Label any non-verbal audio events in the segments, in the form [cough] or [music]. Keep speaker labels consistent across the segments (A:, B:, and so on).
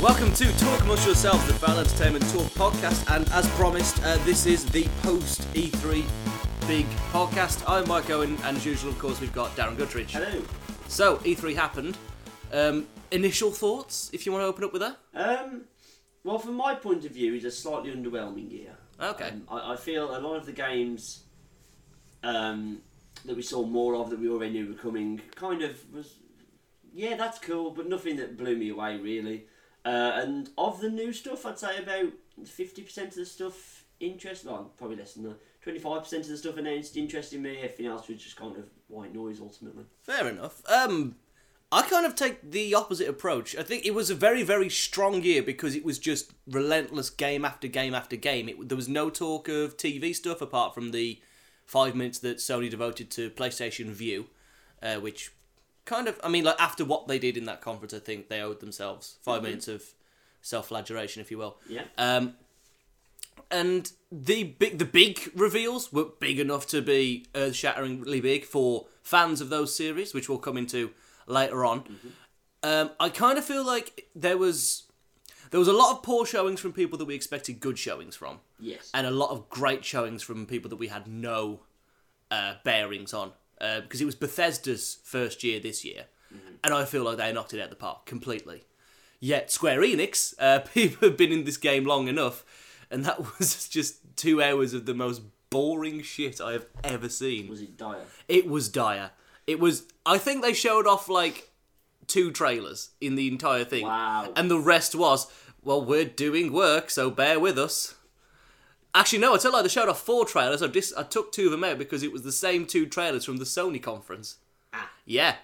A: Welcome to Talk Mush Yourself, the Foul Entertainment Talk podcast. And as promised, uh, this is the post E3 big podcast. I'm Mike Owen, and as usual, of course, we've got Darren Guttridge.
B: Hello.
A: So, E3 happened. Um, initial thoughts, if you want to open up with that?
B: Um, well, from my point of view, it's a slightly underwhelming year.
A: Okay.
B: Um, I, I feel a lot of the games um, that we saw more of that we already knew were coming kind of was, yeah, that's cool, but nothing that blew me away really. Uh, and of the new stuff, I'd say about 50% of the stuff interest, well, probably less than that. 25% of the stuff announced interested me, everything else was just kind of white noise ultimately.
A: Fair enough. Um, I kind of take the opposite approach. I think it was a very, very strong year because it was just relentless game after game after game. It, there was no talk of TV stuff apart from the five minutes that Sony devoted to PlayStation View, uh, which kind of, I mean, like after what they did in that conference, I think they owed themselves 5 minutes of self-flagellation, if you will.
B: Yeah.
A: Um, and the big the big reveals were big enough to be earth shatteringly big for fans of those series, which we'll come into later on. Um, I kind of feel like there was there was a lot of poor showings from people that we expected good showings from,
B: Yes.
A: and a lot of great showings from people that we had no uh, bearings on uh, because it was Bethesda's first year this year, and I feel like they knocked it out of the park completely. Yet Square Enix, uh, [laughs] people have been in this game long enough, and that [laughs] was just two hours of the most boring shit I have ever seen.
B: was it dire?
A: It was dire. It was. I think they showed off like two trailers in the entire thing,
B: Wow.
A: and the rest was well, we're doing work, so bear with us. Actually, no, I tell you, what, they showed off four trailers. I just I took two of them out because it was the same two trailers from the Sony conference.
B: Ah.
A: Yeah,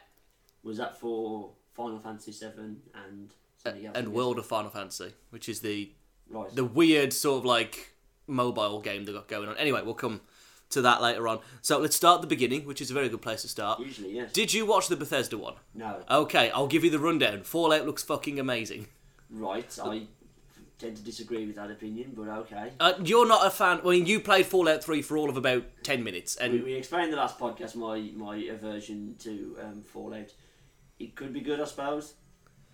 B: Was that for Final Fantasy VII and something else? I
A: and
B: guess?
A: World of Final Fantasy, which is the
B: Right.
A: the weird sort of like mobile game they got going on. Anyway, we'll come to that later on. So let's start at the beginning, which is a very good place to start.
B: Usually, yes.
A: Did you watch the Bethesda one?
B: no.
A: Okay, I'll give you the rundown. Fallout looks fucking amazing.
B: right. I tend to disagree with that opinion, but okay.
A: Uh, you're not a fan. I mean, you played Fallout 3 for all of about 10 minutes,
B: We,
A: and
B: we explained the last podcast my my aversion to um, Fallout. It could be good, I suppose.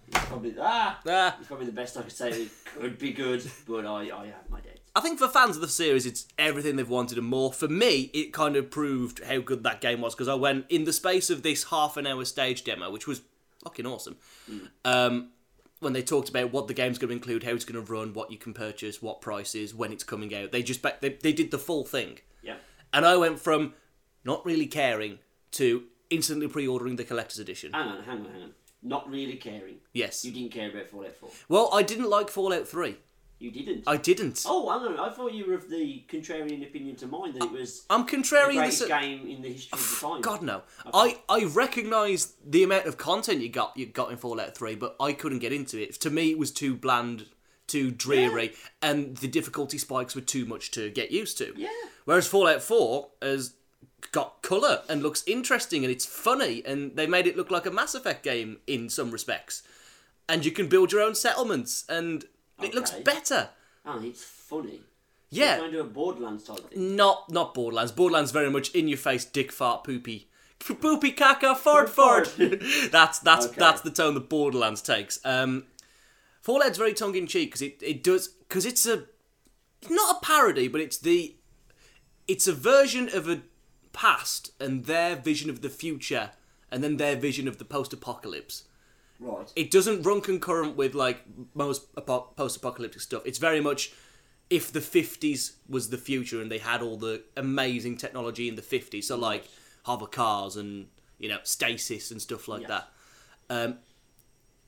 B: It's probably ah.
A: Ah.
B: It's probably the best I could say. It could be good, but I I have my doubts.
A: I think for fans of the series, it's everything they've wanted and more. For me, it kind of proved how good that game was because I went in the space of this half an hour stage demo, which was fucking awesome. Um, when they talked about what the game's going to include, how it's going to run, what you can purchase, what prices, when it's coming out, they just ba- they, they did the full thing.
B: Yeah.
A: And I went from not really caring to instantly pre-ordering the collector's edition.
B: Hang on, hang on, hang on. Not really caring.
A: Yes.
B: You didn't care about Fallout 4.
A: Well, I didn't like Fallout 3.
B: You didn't.
A: I didn't.
B: oh, hang on. I thought you were of the contrarian opinion to mine that it was
A: I'm contrarian.
B: greatest
A: this-
B: game in the history of the time.
A: God no. I I recognise the amount of content you got you got in Fallout Three, but I couldn't get into it. To me, it was too bland, too dreary, and the difficulty spikes were too much to get used to.
B: Yeah.
A: Whereas Fallout Four has got colour and looks interesting and it's funny and they made it look like a Mass Effect game in some respects, and you can build your own settlements and it looks
B: Okay.
A: better.
B: Oh, it's funny.
A: Yeah.
B: It's kind of a Borderlands type thing.
A: Not not Borderlands. Borderlands very much in your face, dick fart poopy. P- Poopy caca fart
B: Fart,
A: fart. [laughs] that's that's
B: Okay.
A: that's the tone that Borderlands takes. Um, Fallout's very tongue in cheek because it, it does because it's a it's not a parody, but it's the it's a version of a past and their vision of the future, and then their vision of the post apocalypse
B: Right.
A: it doesn't run concurrent with like most apo- post-apocalyptic stuff. It's very much if the 50s was the future and they had all the amazing technology in the 50s, so like hover cars and you know stasis and stuff like
B: Yes.
A: that. Um,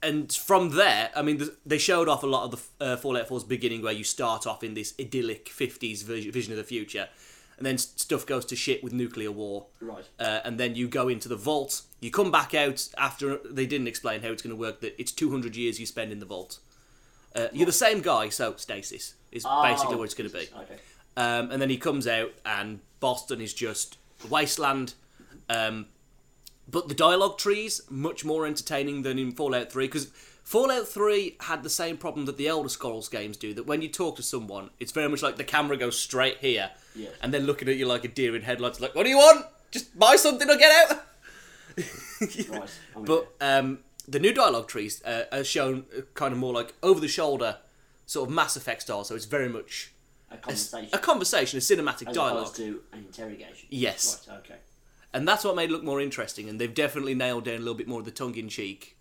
A: and from there, I mean, th- they showed off a lot of the uh, Fallout 4's beginning where you start off in this idyllic 50s vis- vision of the future, and then s- stuff goes to shit with nuclear war
B: Right.
A: uh, and then you go into the vault. You come back out after they didn't explain how it's going to work. That it's 200 years you spend in the vault. Uh, you're the same guy, so stasis is basically
B: Oh,
A: what it's going to be.
B: Okay.
A: Um, and then he comes out, and Boston is just a wasteland. Um, but the dialogue trees much more entertaining than in Fallout Three because Fallout Three had the same problem that the Elder Scrolls games do. That when you talk to someone, it's very much like the camera goes straight here,
B: Yes.
A: and they're looking at you like a deer in headlights. Like, what do you want? Just buy something or get out. [laughs]
B: Right. I'm with
A: But um, the new dialogue trees uh, are shown uh, kind of more like over the shoulder, sort of Mass Effect style. So it's very much
B: A
A: a s-
B: conversation
A: a conversation, a cinematic
B: as
A: dialogue,
B: opposed to an interrogation.
A: Yes.
B: Right, okay.
A: and that's what made it look more interesting. And they've definitely nailed down a little bit more of the tongue-in-cheek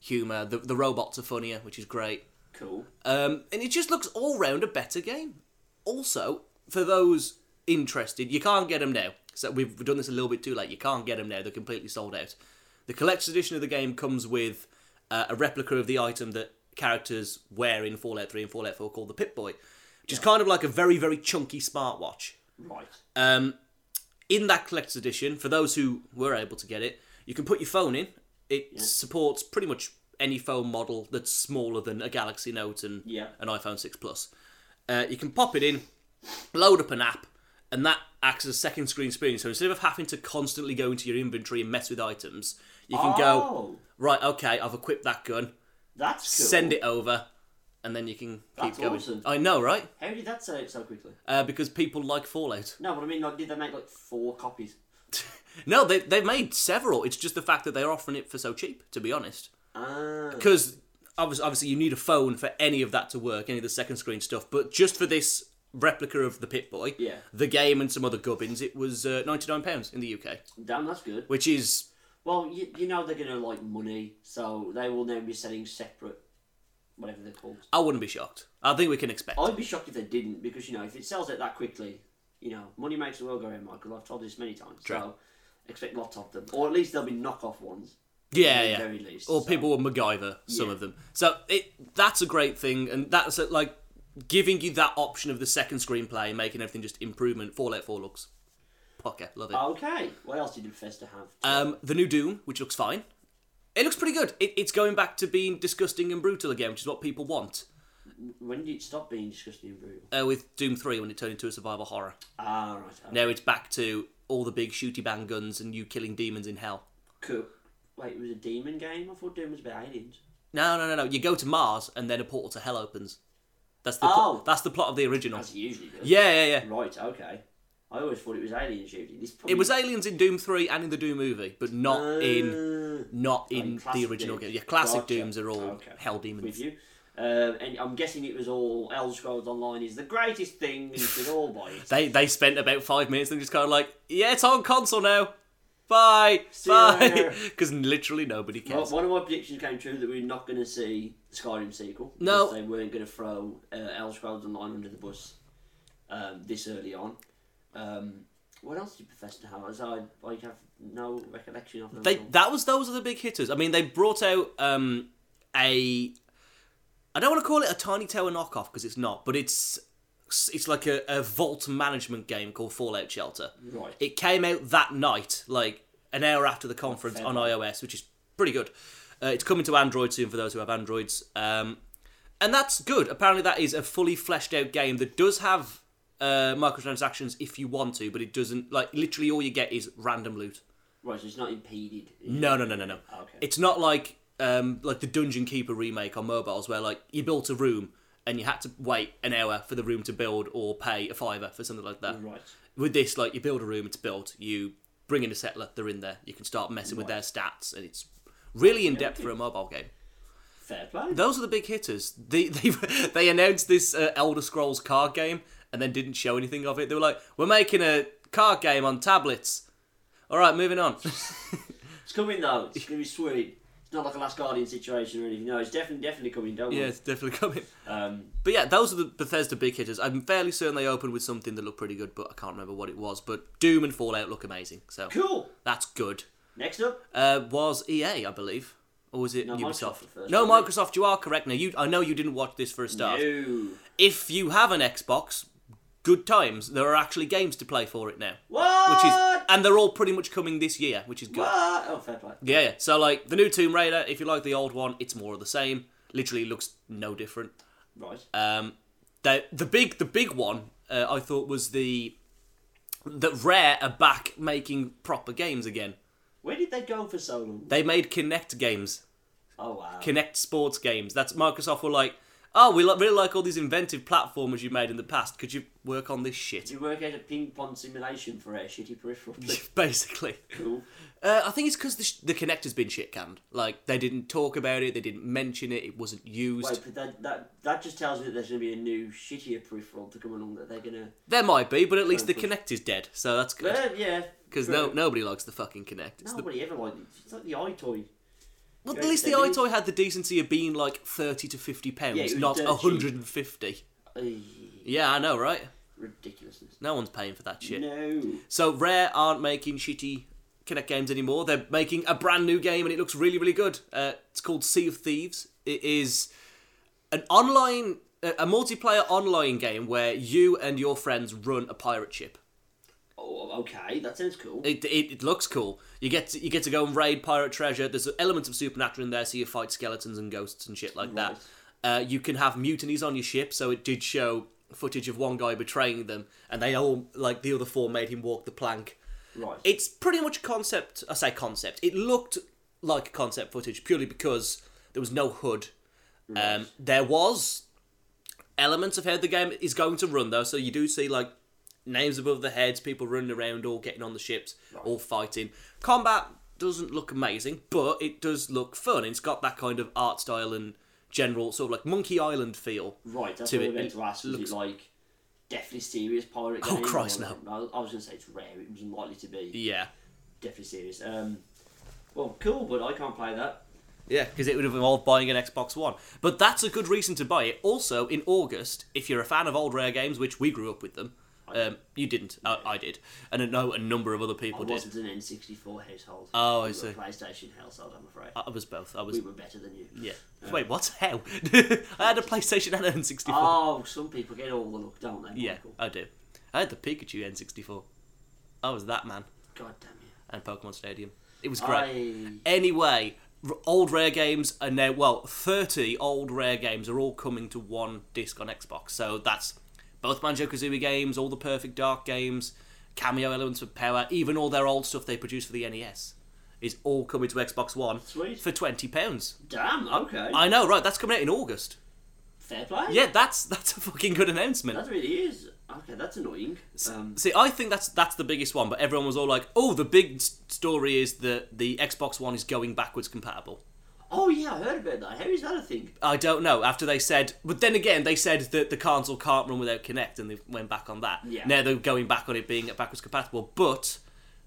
A: humor. The the robots are funnier, which is great.
B: Cool.
A: Um, and it just looks all round a better game. Also, for those interested, you can't get them now. So we've done this a little bit too late. You can't get them now. They're completely sold out. The collector's edition of the game comes with uh, a replica of the item that characters wear in Fallout 3 and Fallout 4 called the Pip Boy, which is kind of like a very, very chunky smartwatch.
B: Right.
A: Um, in that collector's edition, for those who were able to get it, you can put your phone in. It supports pretty much any phone model that's smaller than a Galaxy Note and
B: Yeah.
A: an iPhone 6 Plus. Uh, you can pop it in, load up an app, and that acts as a second screen screen. So instead of having to constantly go into your inventory and mess with items, you can go,
B: Oh,
A: right, okay, I've equipped that gun,
B: that's cool.
A: send it over, and then you can
B: That's
A: keep going.
B: awesome.
A: I know, right?
B: How did that sell out so quickly?
A: Uh, because people like Fallout.
B: No, but I mean, like, did they make like four copies?
A: No, they they've made several. It's just the fact that they're offering it for so cheap, to be honest.
B: Ah,
A: Because obviously, obviously, you need a phone for any of that to work, any of the second screen stuff. But just for this replica of the Pit Boy,
B: Yeah.
A: the game and some other gubbins, it was uh, ninety nine pounds in the UK,
B: damn, that's good.
A: which is
B: Well, you, you know they're gonna like money, so they will now be selling separate, whatever they're called.
A: I wouldn't be shocked. I think we can expect.
B: I'd be shocked if they didn't, because you know if it sells out that quickly, you know money makes the world go round, Michael. I've told you this many times. So expect lots of them, or at least there'll be knockoff ones.
A: yeah,
B: at the
A: yeah.
B: very least.
A: or
B: so.
A: people will MacGyver some
B: Yeah.
A: of them. So it that's a great thing, and that's uh like giving you that option of the second screenplay, and making everything just improvement. Fallout Four looks pocket, love it.
B: Okay, what else did Bethesda have?
A: Um, the new Doom, which looks fine. It looks pretty good. It, it's going back to being disgusting and brutal again, which is what people want.
B: when did it stop being disgusting and brutal?
A: Uh, with Doom 3, when it turned into a survival horror.
B: Ah, right. okay.
A: Now it's back to all the big shooty bang guns and you killing demons in hell.
B: Cool. Wait, it was a demon game. I thought Doom was about aliens.
A: No, no, no, no. You go to Mars and then a portal to hell opens. That's the
B: Oh.
A: that's the plot of the original.
B: As it usually does.
A: Yeah, yeah, yeah.
B: Right. Okay. I always thought it was aliens shooting. This probably
A: It was aliens in Doom 3 and in the Doom movie, but not in
B: Uh,
A: not in the
B: classic
A: original
B: Dooms.
A: game. Yeah, classic
B: Gotcha.
A: Dooms are all
B: Okay.
A: hell demons.
B: Uh, with you. Um, and I'm guessing it was all Elder Scrolls Online is the greatest thing, and you should all buy it.
A: They they spent about five minutes and just kind of like, yeah, it's on console now. Bye,
B: you
A: bye, [laughs]
B: later.
A: because literally nobody
B: Well,
A: cares.
B: one of my predictions came true that we're not going to see Skyrim sequel.
A: No.
B: because they weren't going to throw uh, Elder Scrolls Online under the bus um, this early on. Um, what else did Bethesda have? As I, I have no recollection of them.
A: They
B: at all.
A: that was those are the big hitters. I mean, they brought out um a I don't want to call it a Tiny Tower knockoff because it's not, but it's it's like a, a vault management game called Fallout Shelter.
B: Right.
A: It came out that night, like an hour after the conference
B: fair
A: on iOS, which is pretty good. Uh, it's coming to Android soon for those who have Androids. Um, and that's good. Apparently, that is a fully fleshed out game that does have uh, microtransactions if you want to, but it doesn't. Like, literally, all you get is random loot.
B: Right, so it's not impeded. Ah,
A: No, no, no, no, no.
B: Okay.
A: It's not like um, like the Dungeon Keeper remake on mobiles, where like you built a room and you had to wait an hour for the room to build or pay a fiver for something like that.
B: Right.
A: With this, like you build a room, it's built. You bring in a settler, they're in there. You can start messing with their stats, and it's really in depth for a mobile game.
B: Fair play.
A: Those are the big hitters. They [laughs] they they announced this uh, Elder Scrolls card game and then didn't show anything of it. They were like, "We're making a card game on tablets." All right, moving on.
B: It's coming though. It's going to be sweet. It's not like a Last Guardian situation or anything. No, it's definitely definitely coming. Don't
A: yeah,
B: worry.
A: it's definitely coming.
B: Um,
A: But yeah, those are the Bethesda big hitters. I'm fairly certain they opened with something that looked pretty good, but I can't remember what it was. But Doom and Fallout look amazing, so
B: cool.
A: that's good.
B: Next up,
A: Uh, was EA, I believe, or was it
B: No, Microsoft
A: Ubisoft?
B: were first,
A: no,
B: weren't
A: Microsoft. You are correct. Now, you I know you didn't watch this for a start.
B: no.
A: If you have an Xbox, good times. There are actually games to play for it now,
B: What?
A: which is and they're all pretty much coming this year, which is good.
B: What? Oh, fair play.
A: Yeah, yeah. So like the new Tomb Raider, if you like the old one, it's more of the same. Literally looks no different.
B: Right.
A: Um, the the big the big one uh, I thought was the that Rare are back making proper games again.
B: Where did they go for so long?
A: They made Kinect games,
B: Oh wow.
A: Kinect sports games. That's Microsoft were like, oh, we li- really like all these inventive platformers you made in the past. Could you work on this shit? [laughs]
B: You work out a ping pong simulation for a shitty peripheral.
A: Basically.
B: cool.
A: Uh, I think it's because the, sh- the connector's been shit canned. Like, they didn't talk about it, they didn't mention it, it wasn't used.
B: Wait, but that, that that just tells me that there's going to be a new shittier peripheral to come along that they're going to.
A: There might be, but at least the
B: Don't push.
A: connect is dead, so that's good.
B: But, yeah.
A: Because
B: true.
A: no, nobody likes the fucking connect. It's the,
B: Nobody ever liked it. It's like the iToy.
A: well, at
B: yeah,
A: least the
B: they didn't-
A: iToy had the decency of being like 30 to 50 pounds,
B: Yeah, it was
A: not
B: dirt cheap.
A: 150.
B: Ay,
A: Yeah, I know, right?
B: ridiculousness.
A: No one's paying for that shit.
B: No.
A: So Rare aren't making shitty Kinect games anymore. They're making a brand new game, and it looks really, really good. Uh, it's called Sea of Thieves. It is an online, a a multiplayer online game where you and your friends run a pirate ship.
B: Oh, okay. That sounds cool.
A: It, it, it looks cool. You get to, you get to go and raid pirate treasure. There's elements of supernatural in there, so you fight skeletons and ghosts and shit like that. Uh, you can have mutinies on your ship, so it did show footage of one guy betraying them, and they all like the other four made him walk the plank.
B: right.
A: It's pretty much a concept. I say concept. It looked like concept footage purely because there was no hood. Um, there was elements of how the game is going to run though, so you do see like names above the heads, people running around, all getting on the ships, all fighting. Combat doesn't look amazing, but it does look fun. It's got that kind of art style and general sort of like Monkey Island feel.
B: right. That's
A: to
B: what I
A: it-
B: meant to ask. Was
A: looks-
B: it like deathly serious pirate?
A: Oh,
B: game or
A: Christ,
B: was it- I I was going to say it's rare. It was unlikely to be
A: Yeah,
B: deathly serious. Um. Well, cool, but I can't play that.
A: Yeah, because it would have involved buying an Xbox One. But that's a good reason to buy it. Also, in August, if you're a fan of old Rare games, which we grew up with them, um, you didn't, I, I did, and I know a number of other
B: I
A: people did.
B: wasn't an N64 household.
A: Oh, I
B: We were
A: see.
B: A PlayStation household, I'm afraid.
A: I was both. I was.
B: We were better than you.
A: Yeah. Wait, what? [laughs] How? I had a PlayStation and an N64.
B: Oh, some people get all the luck, don't they?
A: yeah,
B: Michael?
A: I do. I had the Pikachu N64. I was that man.
B: God damn
A: And Pokemon Stadium. It was
B: you.
A: great. Anyway, r- old rare games are now well, thirty old rare games are all coming to one disc on Xbox. So that's both Banjo Kazooie games, all the Perfect Dark games, cameo elements for Power, even all their old stuff they produced for the NES, is all coming to Xbox One
B: Sweet.
A: for twenty pounds.
B: Damn, okay.
A: I know, right? That's coming out in August.
B: Fair play.
A: Yeah, that's [laughs] that's a fucking good announcement.
B: That really is. Okay, that's annoying. Um,
A: See, I think that's that's the biggest one, but everyone was all like, "Oh, the big s- story is that the Xbox One is going backwards compatible."
B: oh, yeah, I heard about that. How is that a thing?
A: I don't know. After they said, but then again, they said that the console can't run without Kinect, and they went back on that.
B: Yeah.
A: Now they're going back on it being backwards compatible, but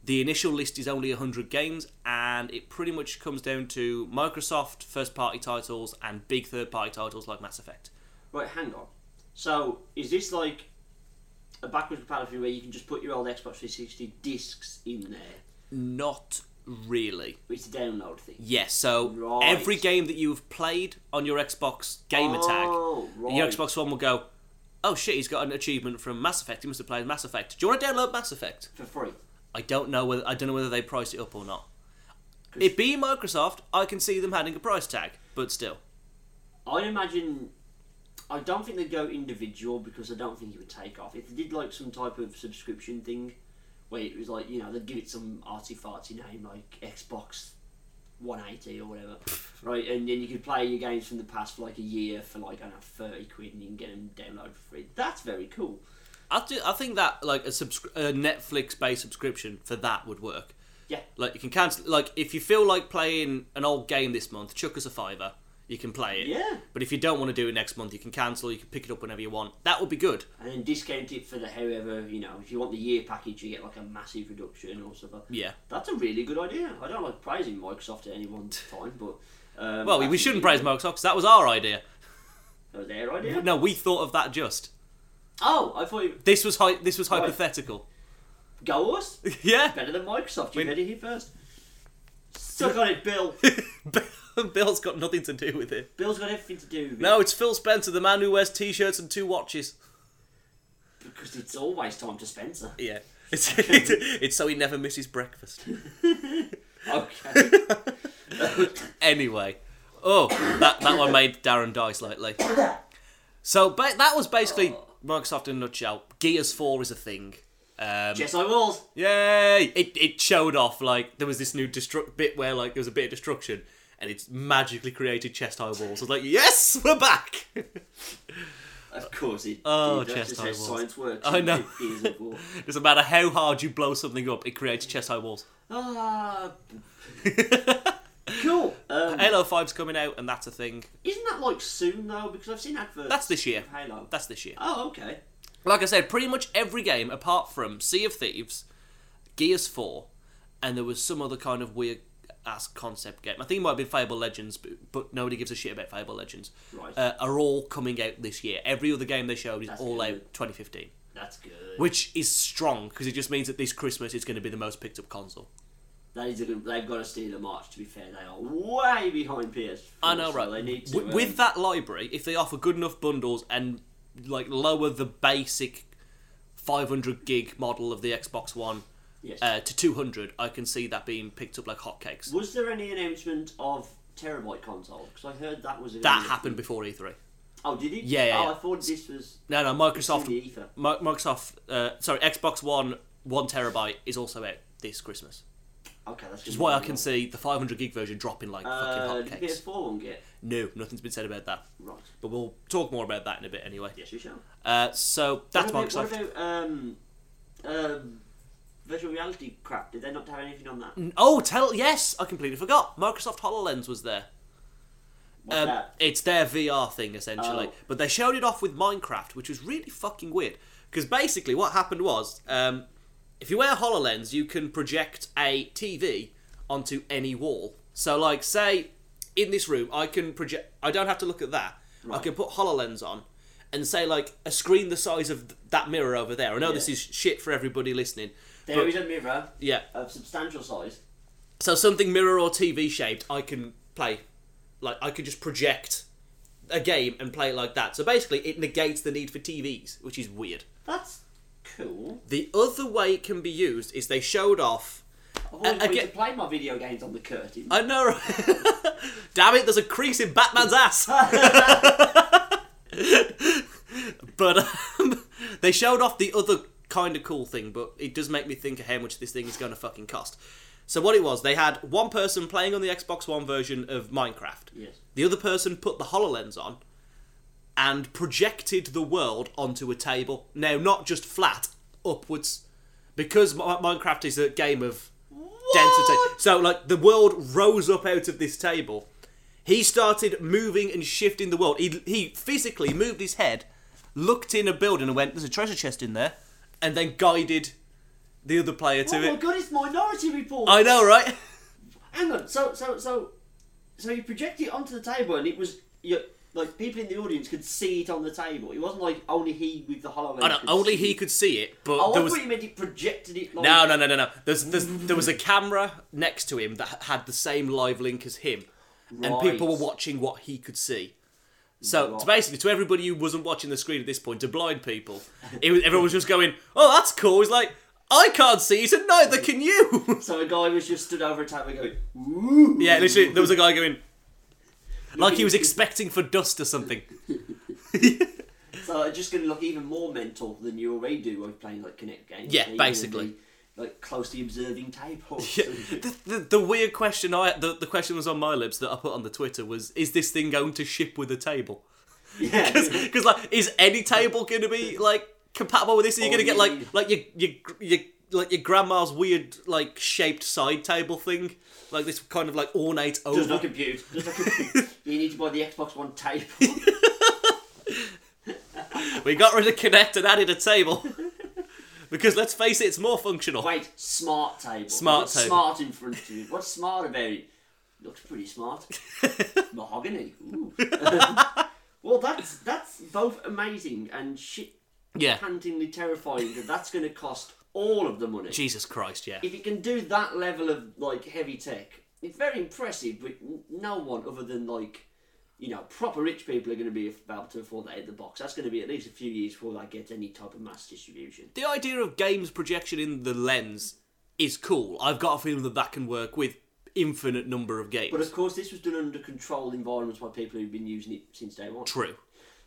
A: the initial list is only 100 games, and it pretty much comes down to Microsoft first party titles and big third party titles like Mass Effect.
B: Right, hang on. So, is this like a backwards compatibility where you can just put your old Xbox 360 discs in there?
A: Not really.
B: It's a download thing.
A: Yes, so
B: Right.
A: every game that you've played on your Xbox gamer
B: Oh,
A: tag, your
B: right.
A: Xbox One will go, oh shit, he's got an achievement from Mass Effect. He must have played Mass Effect. Do you want to download Mass Effect?
B: For free.
A: I don't know whether I don't know whether they priced it up or not.
B: 'Cause-
A: It being Microsoft, I can see them having a price tag, but still,
B: I imagine. I don't think they'd go individual because I don't think it would take off. If they did like some type of subscription thing, where it was like you know they'd give it some arty farty name like Xbox 180 or whatever, right? And then you could play your games from the past for like a year for like I don't know 30 quid and you can get them downloaded for free. That's very cool.
A: I, do, I think that like a, subscri- a Netflix-based subscription for that would work.
B: Yeah,
A: Like you can cancel. Like if you feel like playing an old game this month, chuck us a fiver. You can play it.
B: Yeah.
A: But if you don't want to do it next month, you can cancel. You can pick it up whenever you want. That would be good.
B: and then discount it for the however you know. If you want the year package, you get like a massive reduction or something.
A: Yeah.
B: That's a really good idea. I don't like praising Microsoft at any
A: [laughs]
B: one time, but. Um,
A: Well, we,
B: that's
A: we
B: a
A: shouldn't
B: good
A: praise
B: idea.
A: Microsoft 'cause that was our idea.
B: That was their idea.
A: No, we thought of that just.
B: Oh, I thought you
A: This was hy- this was
B: Right.
A: hypothetical. [laughs]
B: go us.
A: yeah. [laughs]
B: Better than Microsoft. You heard it here first. Suck on it, Bill.
A: Bill's got nothing to do with it.
B: Bill's got everything to do with it
A: No, it's Phil Spencer, the man who wears t-shirts and two watches.
B: because it's always time
A: [laughs]
B: to Spencer.
A: Yeah. It's, it's, it's so he never misses breakfast.
B: Okay.
A: Anyway. Oh, that, that one made Darren die slightly. So ba- that was basically Microsoft in a nutshell. Gears 4 is a thing. Um,
B: yes, I will.
A: Yay! It, it showed off, like, there was this new destru- bit where, like, there was a bit of destruction, and it's magically created chest-high walls. I was like, yes, we're back! [laughs]
B: Of course it.
A: Oh,
B: did.
A: chest
B: That's just
A: high
B: how
A: walls.
B: science works.
A: I
B: in
A: know.
B: 50 years
A: [laughs]
B: of war.
A: Doesn't matter how hard you blow something up, it creates chest high walls. [laughs]
B: Ah,
A: Halo
B: cool. Um,
A: 5's coming out, and that's a thing.
B: isn't that like soon though? Because I've seen adverts.
A: That's this year.
B: of Halo.
A: That's this year.
B: Oh, okay.
A: Like I said, pretty much every game apart from Sea of Thieves, Gears 4, and there was some other kind of weird ass concept game. I think it might have been Fable Legends, but, but nobody gives a shit about Fable Legends.
B: Right.
A: Uh, are all coming out this year. Every other game they showed is
B: That's
A: all
B: good.
A: out 2015,
B: That's good.
A: which is strong because it just means that this Christmas is going to be the most picked up console.
B: That is a good. They've got to steal a march. To be fair, they are way behind PS.
A: I know, right?
B: They need to.
A: Wi-
B: um,
A: with that library, if they offer good enough bundles and like lower the basic 500 gig model of the Xbox One
B: yes.
A: uh, to 200, I can see that being picked up like hotcakes.
B: was there any announcement of terabyte console? Because I heard that was. A
A: That happened before E3.
B: Oh, did it?
A: Yeah, yeah,
B: Oh,
A: yeah.
B: I thought this was
A: No, no,
B: in
A: Microsoft,
B: the ether.
A: Mi- Microsoft, uh, sorry, Xbox One one terabyte is also out this Christmas.
B: Okay, that's
A: Which is why I can see the 500 gig version dropping like
B: Uh,
A: fucking
B: did
A: hotcakes.
B: PS4 one get
A: No, nothing's been said about that.
B: right?
A: But we'll talk more about that in a bit anyway.
B: Yes, we shall.
A: Uh, so that's
B: what about,
A: Microsoft.
B: What about um, um, virtual reality crap? Did they not have anything on that?
A: Oh, tell yes, I completely forgot. Microsoft Hololens was there. um,
B: What's that?
A: It's their VR thing essentially,
B: Oh.
A: but they showed it off with Minecraft, which was really fucking weird. Because basically, what happened was, um, if you wear Hololens, you can project a TV onto any wall. So, like, say in this room, I can project. I don't have to look at that. I
B: Right.
A: can put Hololens on and say like a screen the size of th- that mirror over there. I know this
B: Yeah.
A: is shit for everybody listening.
B: There
A: but-
B: is a mirror
A: Yeah.
B: of substantial size.
A: So something mirror or TV shaped, I can play. Like I could just project a game and play it like that. So basically, it negates the need for TVs, which is weird.
B: That's cool.
A: The other way it can be used is they showed off.
B: I've always wanted
A: again-
B: to play my video games on the curtain.
A: I know. right? [laughs] Damn it! There's a crease in [laughs] Batman's ass. but um, [laughs] they showed off the other kind of cool thing, but it does make me think of how much this thing is going to fucking cost. So what it was, they had one person playing on the Xbox One version of Minecraft.
B: Yes.
A: The other person put the HoloLens on and projected the world onto a table. Now, not just flat, upwards. Because Mi- Minecraft is a game of density. So, like, the world rose up out of this table. He started moving and shifting the world. He, he physically moved his head, looked in a building, and went, There's a treasure chest in there, and then guided the other player to
B: Oh my
A: it.
B: god, it's Minority Report.
A: I know, right?
B: Hang on. So so so so you project it onto the table, and it was you. Like people in the audience could see it on the table. It wasn't like only he with the hollow.
A: I know, only he could see it, but
B: Oh, I
A: there was.
B: thought you meant it projected it. Like,
A: No, no, no, no, no. There's, there's, there was a camera next to him that had the same live link as him, and people were
B: Right.
A: watching what he could see. So
B: Right.
A: to basically, to everybody who wasn't watching the screen at this point, to blind people, it was, everyone was just going, "Oh, that's cool." He's like, "I can't see it, and neither can you." [laughs]
B: So a guy was just stood over a table going, "Ooh."
A: yeah, literally, there was a guy going, like he was
B: Looking-
A: expecting for dust or something.
B: So it's just going to look even more mental than you already do when playing like Connect games.
A: Yeah,
B: So you're
A: basically.
B: gonna be, Like closely observing
A: [laughs]
B: tables.
A: Yeah, the, the, the weird question I the, the question was on my lips that I put on the Twitter was is this thing going to ship with a table?
B: [laughs]
A: [laughs]
B: yeah.
A: Because like, is any table going to be like compatible with this? Are you
B: Or
A: going to get
B: you-
A: like like your your your like your grandma's weird like shaped side table thing, like this kind of like ornate
B: Does
A: oval?
B: not compute. [laughs] Does not compute. you need to buy the Xbox One [laughs] table.
A: We got rid of Kinect and added a table [laughs] because let's face it, it's more functional.
B: Wait, smart table.
A: Smart
B: What's
A: table.
B: Smart in front of you. What's smart about it? Looks pretty [laughs] smart. Mahogany. [laughs] Ooh. well, that's that's both amazing and shit
A: Yeah,
B: pantingly terrifying that that's going to cost all of the money.
A: Jesus Christ, yeah.
B: if it can do that level of like heavy tech, it's very impressive. But n- no one other than like you know proper rich people are going to be able to afford that in the box. That's going to be at least a few years before that gets any type of mass distribution.
A: The idea of games projection in the lens is cool. I've got a feeling that that can work with infinite number of games.
B: But of course, this was done under controlled environments by people who've been using it since day one.
A: True.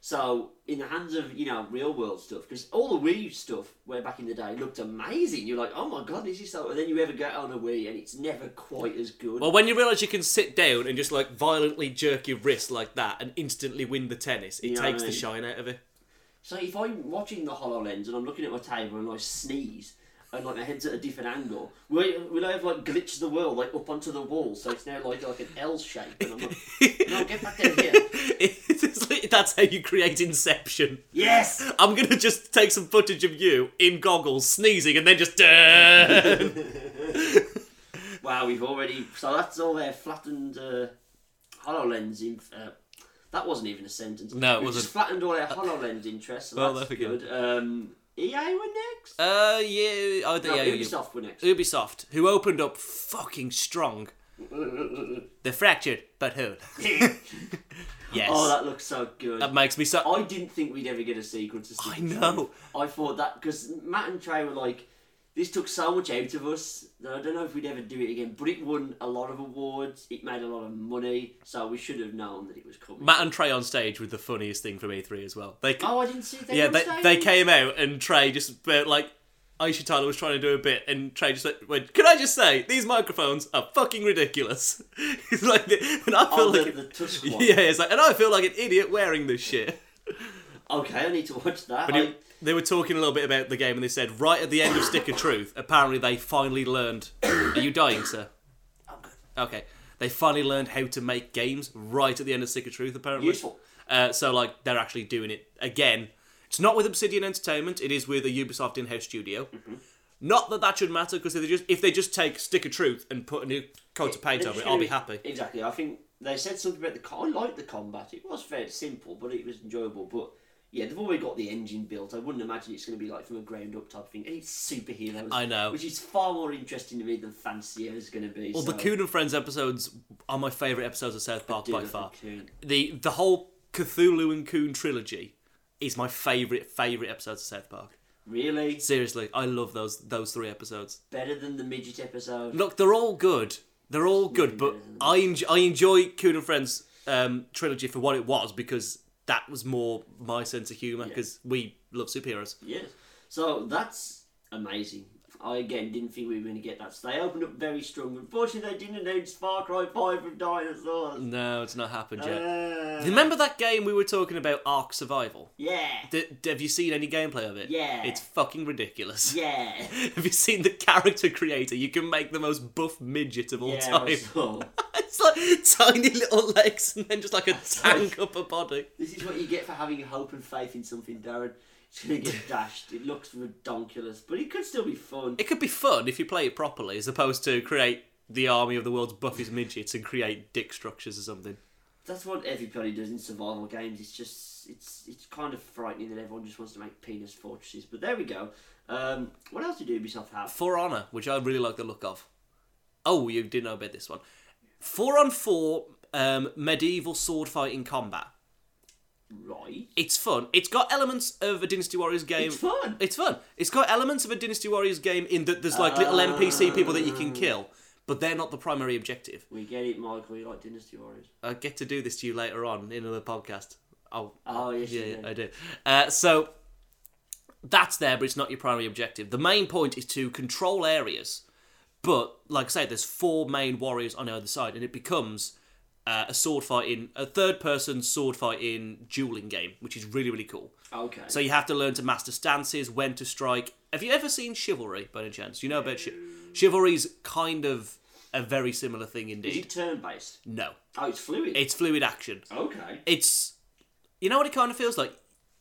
B: So in the hands of you know real world stuff, because all the Wii stuff way back in the day looked amazing. You're like, oh my god, this is so. And then you ever get on a Wii and it's never quite as good.
A: Well, when you realise you can sit down and just like violently jerk your wrist like that and instantly win the tennis, it
B: You know what
A: takes
B: I
A: the
B: mean?
A: shine out of it. [laughs]
B: So if I'm watching the Hololens and I'm looking at my table and I sneeze and like my head's at a different angle, will, will I have like glitched the world like up onto the wall so it's now like like an L shape? And I'm like, no, get back down
A: [laughs]
B: here.
A: It's like- That's how you create Inception.
B: Yes.
A: I'm gonna just take some footage of you in goggles sneezing and then just. [laughs] uh, "Duh."
B: Wow, we've already. So that's all their flattened uh, HoloLens. In, uh, that wasn't even a sentence.
A: No, it
B: We've
A: wasn't.
B: Just flattened all their HoloLens interests. So
A: Well,
B: that's
A: there we go.
B: good. Um, EA were next?
A: uh, yeah. Oh,
B: no,
A: yeah, yeah, yeah.
B: Ubisoft were next.
A: Ubisoft, who opened up fucking
B: [laughs]
A: strong. They're fractured, but whole. [laughs] Yes.
B: Oh,
A: that...
B: that looks so good.
A: makes me so.
B: I didn't think we'd ever get a sequel to Stick
A: I
B: and
A: know.
B: Truth. I thought that because Matt and Trey were like, this took so much out of us. that I don't know if we'd ever do it again, but it won a lot of awards. It made a lot of money, so we should have known that it was coming.
A: Matt and Trey on stage with the funniest thing from E3 as well. They,
B: oh, I didn't see that.
A: yeah,
B: on
A: they,
B: stage.
A: they came out and Trey just uh, like Aisha Tyler was trying to do a bit, and Trey just went- went, "Can I just say these microphones are fucking ridiculous?" [laughs] He's like, and I feel
B: Oh, the,
A: like,
B: the
A: [laughs]
B: Tusk one.
A: yeah, it's like, and I feel like an idiot wearing this shit.
B: Okay, I need to watch that.
A: But it- they were talking a little bit about the game, and they said right at the end of Stick of Truth, apparently they finally learned. Are you dying, sir?
B: I, am good.
A: Okay, they finally learned how to make games right at the end of Stick of Truth. Apparently,
B: Useful.
A: Uh, so like they're actually doing it again. It's not with Obsidian Entertainment. It is with a Ubisoft in-house studio.
B: Mm-hmm.
A: Not that that should matter because they just if they just take Stick of Truth and put a new coat of paint
B: They're
A: over
B: just
A: it, I'll
B: gonna
A: be happy.
B: Exactly. I think they said something about the car. I liked the combat. It was very simple, but it was enjoyable. But yeah, they've already got the engine built. I wouldn't imagine it's going to be like from a ground up type thing. And it's superheroes.
A: I know.
B: Which is far more interesting to me than Fancier is going to be.
A: Well,
B: so.
A: the Coon and Friends episodes are my favourite episodes of South Park
B: do
A: by
B: love
A: far.
B: the Coon.
A: The the whole Cthulhu and Coon trilogy is my favourite favourite episodes of South Park.
B: Really?
A: Seriously, I love those those three episodes.
B: Better than the midget episode.
A: Look, they're all good. They're all good, but I enjoy, I enjoy Coon and Friends um, trilogy for what it was because that was more my sense of humour because we love superheroes.
B: Yes. So that's amazing. I again didn't think we were going to get that. So they opened up very strong. Unfortunately, they didn't announce Far Cry 5 with dinosaurs.
A: No, it's not happened yet.
B: Uh,
A: Remember that game we were talking about, Ark Survival?
B: yeah.
A: D- d- have you seen any gameplay of it?
B: Yeah.
A: It's fucking [laughs] ridiculous.
B: Yeah.
A: Have you seen the character creator? You can make the most buff midget of all
B: Yeah, I
A: time. [laughs]
B: saw.
A: it's like tiny little legs and then just like a tank upper body.
B: This is what you get for having hope and faith in something, Darren. It's going
A: [laughs]
B: to get dashed. It looks redonkulous, but it could still be fun.
A: It could be fun if you play it properly, as opposed to create the army of the world's buffest midgets and create dick structures or something.
B: That's what everybody does in survival games. It's just, it's it's kind of frightening that everyone just wants to make penis fortresses. But there we go. Um, what else did Ubisoft have?
A: For Honor, which I really like the look of. Oh, you did know about this one. Four on four um, medieval sword fighting combat.
B: Right.
A: It's fun. It's got elements of a Dynasty Warriors game.
B: It's fun.
A: It's fun. It's got elements of a Dynasty Warriors game in that there's like little NPC people that you can kill, but they're not the primary objective.
B: We get it, Michael. You like Dynasty Warriors.
A: I get to do this to you later on in another podcast. I'll
B: Oh, yes, you
A: yeah, yeah,
B: do.
A: I do. Uh, so that's there, but it's not your primary objective. The main point is to control areas, but like I say, there's four main warriors on either side, and it becomes uh, a sword fighting, a third-person sword fighting dueling game, which is really really cool.
B: Okay.
A: So you have to learn to master stances, when to strike. Have you ever seen Chivalry by any chance? You know about chi- Chivalry's kind of a very similar thing
B: is
A: indeed.
B: it turn based?
A: No,
B: Oh, it's fluid.
A: it's fluid action
B: okay.
A: it's you know what it kind of feels like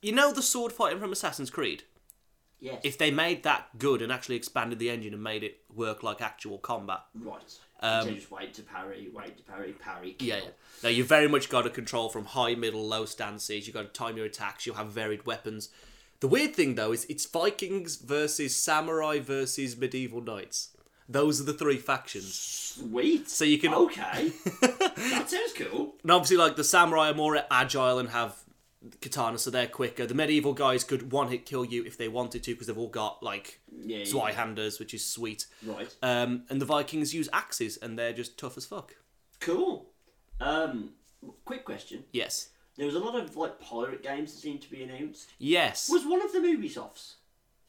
A: you know the sword fighting from assassin's creed
B: Yes.
A: if they made that good and actually expanded the engine and made it work like actual combat
B: right. so just wait to parry, wait to parry, parry. Kill.
A: Um, yeah, yeah. now you very much got to control from high middle low stances you got to time your attacks you'll have varied weapons the weird thing though is it's vikings versus samurai versus medieval knights those are the three factions
B: Sweet.
A: so you can [laughs]
B: Okay. that sounds cool.
A: And obviously, like the samurai are more agile and have katana, so they're quicker. The medieval guys could one hit kill you if they wanted to because they've all got like
B: Yeah.
A: Zweihanders, which is sweet.
B: Right.
A: Um, and the Vikings use axes, and they're just tough as fuck.
B: Cool. Um, quick question.
A: Yes,
B: There was a lot of like pirate games that seemed to be announced.
A: yes,
B: Was one of them Ubisofts?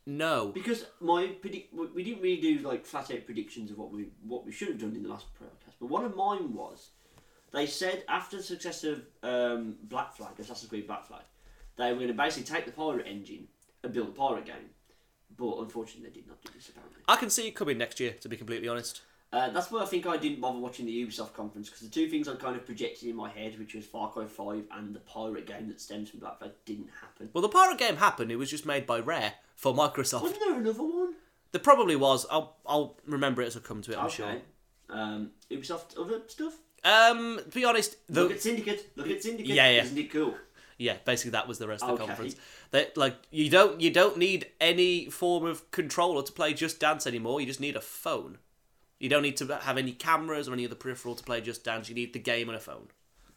A: no.
B: Because my predict, we- we didn't really do like flat out predictions of what we what we should have done in the last podcast. But one of mine was, they said after the success of um, Black Flag, Assassin's Creed Black Flag, They were going to basically take the pirate engine and build a pirate game, but unfortunately, they did not do this apparently.
A: I can see it coming next year, to be completely honest.
B: Uh, that's why I think I didn't bother watching the Ubisoft conference because the two things I kind of projected in my head, which was Far Cry 5 and the pirate game that stems from Black Flag, didn't happen.
A: Well, the pirate game happened. It was just made by Rare for Microsoft.
B: Wasn't there another one?
A: There probably was. I'll I'll remember it as I come to it. I'm sure.
B: Um, Ubisoft, other stuff?
A: Um, to be honest, the
B: Look at Syndicate. Look at Syndicate.
A: Yeah, yeah.
B: Isn't it cool?
A: yeah, basically that was the rest of the
B: Okay.
A: conference. That like you don't you don't need any form of controller to play Just Dance anymore. You just need a phone. You don't need to have any cameras or any other peripheral to play Just Dance. You need the game and a phone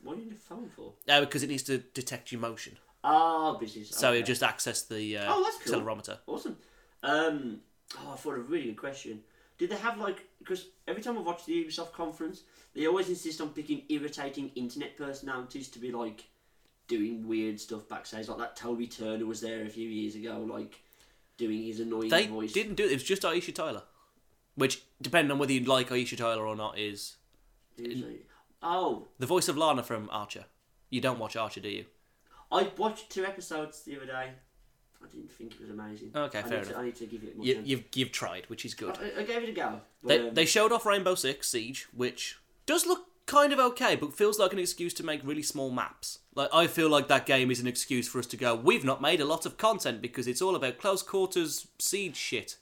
B: What do you need a phone for?
A: uh, because it needs to detect your motion.
B: Ah, business.
A: So
B: okay.
A: it'll just access the uh,
B: Oh, that's cool.
A: accelerometer.
B: Awesome. Um, oh, I thought of a really good question. Did they have like because every time I watch the Ubisoft conference, they always insist on picking irritating internet personalities to be like doing weird stuff backstage, like that Toby Turner was there a few years ago, like doing his annoying
A: They
B: voice.
A: didn't do it. It was just Aisha Tyler, which depending on whether you like Aisha Tyler or not is
B: He was like, oh,
A: the voice of Lana from Archer. You don't watch Archer, do you?
B: I watched two episodes the other day. I didn't think it was amazing.
A: Okay,
B: I
A: fair
B: need to-
A: enough.
B: I need to give it more
A: you
B: time.
A: you've you've tried, which is good.
B: I, I gave it a go. But,
A: They,
B: um,
A: they showed off Rainbow Six Siege, which does look kind of okay, but feels like an excuse to make really small maps. Like I feel like that game is an excuse for us to go. We've not made a lot of content because it's all about close quarters siege shit.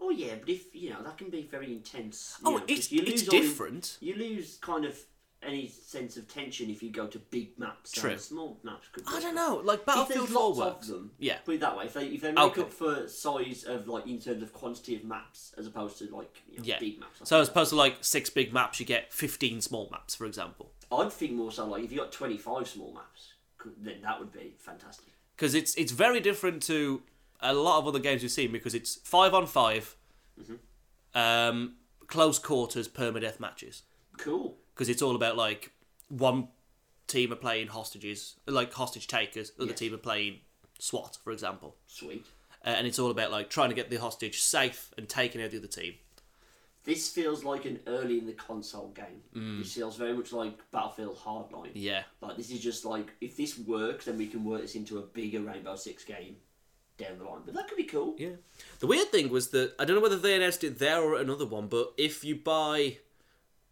B: Oh yeah, but if you know that can be very intense. you
A: Oh,
B: know, 'cause
A: it's
B: you
A: it's
B: lose all your-
A: different.
B: You lose kind of any sense of tension if you go to big maps.
A: True.
B: And small maps could.
A: I
B: work.
A: don't know. Like
B: If
A: Battlefield
B: there's
A: Four
B: lots
A: works.
B: of them,
A: Yeah.
B: Put it that way. If they if they make
A: Okay.
B: up for size of like in terms of quantity of maps as opposed to like you know,
A: Yeah.
B: big maps. I
A: So as
B: think
A: opposed to like six big maps, you get fifteen small maps, for example.
B: I'd think more so like if you got twenty five small maps, could- then that would be fantastic.
A: because it's it's very different to a lot of other games we've seen because it's five on 5 um, close quarters permadeath matches
B: Cool.
A: because it's all about like one team are playing hostages like hostage takers, other
B: Yes.
A: team are playing SWAT, for example,
B: Sweet.
A: uh, and it's all about like trying to get the hostage safe and taking out the other team.
B: This feels like an early in the console game.
A: Mm.
B: This feels very much like Battlefield Hardline.
A: Yeah,
B: Like this is just like if this works, then we can work this into a bigger Rainbow Six game down the line. But that could be cool.
A: Yeah. The weird thing was that I don't know whether they announced it there or another one, but if you buy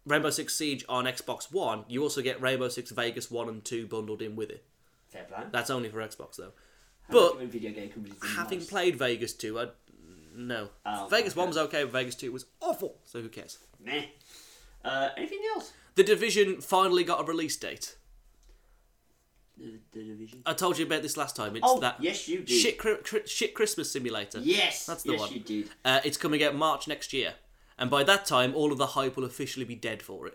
A: Rainbow Six Siege on Xbox One, you also get Rainbow Six Vegas One and Two bundled in with it.
B: Fair plan.
A: That's only for Xbox though.
B: But
A: But
B: video game companies do
A: having
B: nice.
A: played Vegas Two, I no.
B: Oh,
A: Vegas
B: okay.
A: One was okay, but Vegas Two was awful. So who cares?
B: meh. Uh, anything else?
A: The Division finally got a release date.
B: The, the division.
A: I told you about this last time. It's
B: Oh,
A: that
B: yes, you did.
A: shit, cri- cri- shit Christmas simulator.
B: Yes,
A: That's the
B: yes,
A: one.
B: you did.
A: Uh, it's coming out March next year, and by that time, all of the hype will officially be dead for it.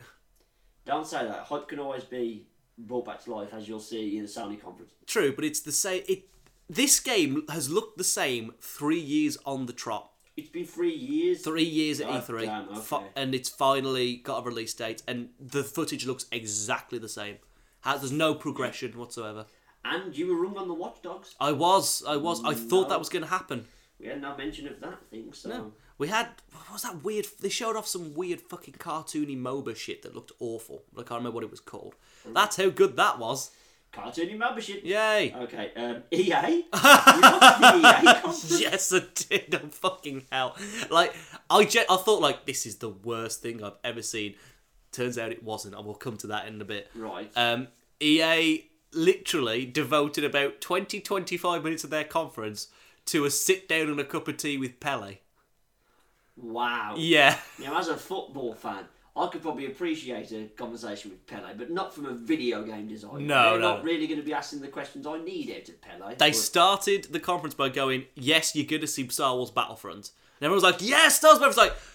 B: Don't say that. Hype can always be brought back to life, as you'll see in the Sony conference.
A: True, but it's the same. It this game has looked the same three years on the trot.
B: It's been three years.
A: Three years at
B: God
A: E3,
B: Oh, damn, okay.
A: fi- and it's finally got a release date, and the footage looks exactly the same. Has, there's no progression whatsoever.
B: And you were wrong on the Watch Dogs.
A: I was, I was, I thought
B: No.
A: that was going to happen.
B: We had no mention of that thing, so.
A: We had what was that weird? They showed off some weird fucking cartoony MOBA shit that looked awful. I can't remember what it was called.
B: Oh.
A: That's how good that was.
B: Cartoony membership.
A: Yay!
B: Okay, um, EA? you
A: [laughs]
B: watched the EA conference?
A: yes, I did. [laughs] Oh, fucking hell. Like, I, ge- I thought, like, this is the worst thing I've ever seen. Turns out it wasn't, and we'll come to that in a bit.
B: Right.
A: Um, EA literally devoted about 20, 25 minutes of their conference to a sit down and a cup of tea with Pele.
B: Wow.
A: Yeah.
B: Now, as a football fan, I could probably appreciate a conversation with Pele, but not from a video game designer.
A: No,
B: They're
A: no.
B: not really going to be asking the questions I need out of Pele.
A: They
B: But
A: started the conference by going, Yes, you're going to see Star Wars Battlefront. And everyone was like, Yes, Star Wars Battlefront. It's like,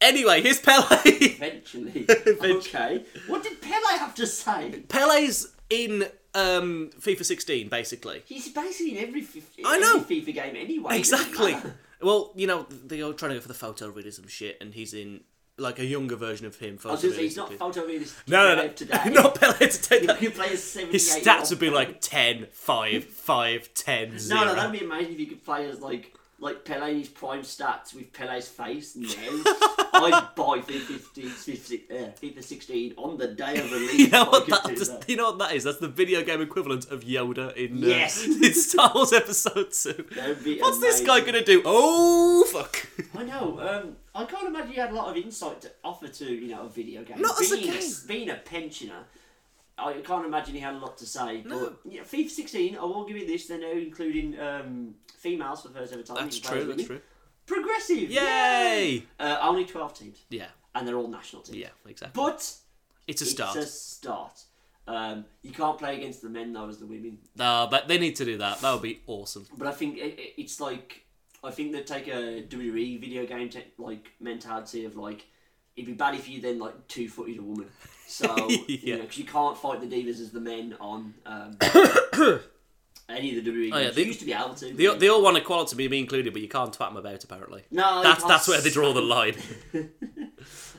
A: Anyway, here's Pele. [laughs]
B: eventually. Okay. What did Pele have to say?
A: Pele's in um, FIFA 16, basically.
B: He's basically in every, fif-
A: I know.
B: every FIFA game anyway. it doesn't
A: Exactly.
B: matter.
A: [laughs] well, you know, they're all trying to go for the photorealism shit, and he's in like a younger version of him.
B: I was gonna say, he's not
A: photorealistically.
B: photorealistic
A: no, no, no.
B: today.
A: [laughs] not Pele to take
B: You
A: that.
B: could play a 78
A: His stats would be like 10, 5, 5, 10, 0.
B: No, no, that'd be amazing if you could play as like like Pele in his prime stats with Pele's face now,
A: [laughs]
B: I'd buy FIFA 15, 15, uh, FIFA 16 on the day
A: [laughs]
B: of release.
A: You know,
B: if I
A: what
B: could
A: that,
B: do
A: just,
B: that.
A: you know what that is? That's the video game equivalent of Yoda in, uh, [laughs]
B: Yes.
A: in Star Wars Episode 2.
B: That'd be
A: What's this guy
B: amazing.
A: going to do? Oh, fuck. [laughs]
B: I know. Um, I can't imagine you had a lot of insight to offer to you know a video game.
A: Not as a
B: being
A: game.
B: being a pensioner, I can't imagine he had a lot to say.
A: No.
B: But yeah, FIFA 16. I will give you this. They're now including um, females for the first ever time.
A: That's
B: You can
A: true,
B: play as
A: that's true.
B: women. Progressive.
A: Yay!
B: Uh, only twelve teams,
A: Yeah,
B: and they're all national teams.
A: yeah, exactly.
B: But
A: It's a
B: it's
A: start.
B: a start. Um, you can't play against the men though as the women.
A: No, but they need to do that. That would be awesome.
B: But I think it, it- it's like I think they take a WWE video game te- like mentality of like it'd be bad if you then like two footed
A: [laughs]
B: a woman. So you
A: Yeah.
B: know, 'cause you can't fight the divas as the men on um,
A: [coughs]
B: any of the WWE.
A: Oh, yeah,
B: games.
A: they-
B: you used to be able to.
A: They, they all want equality, me me included, but you can't twat them about, apparently.
B: no, you
A: That's,
B: can't
A: that's where they draw the line. [laughs]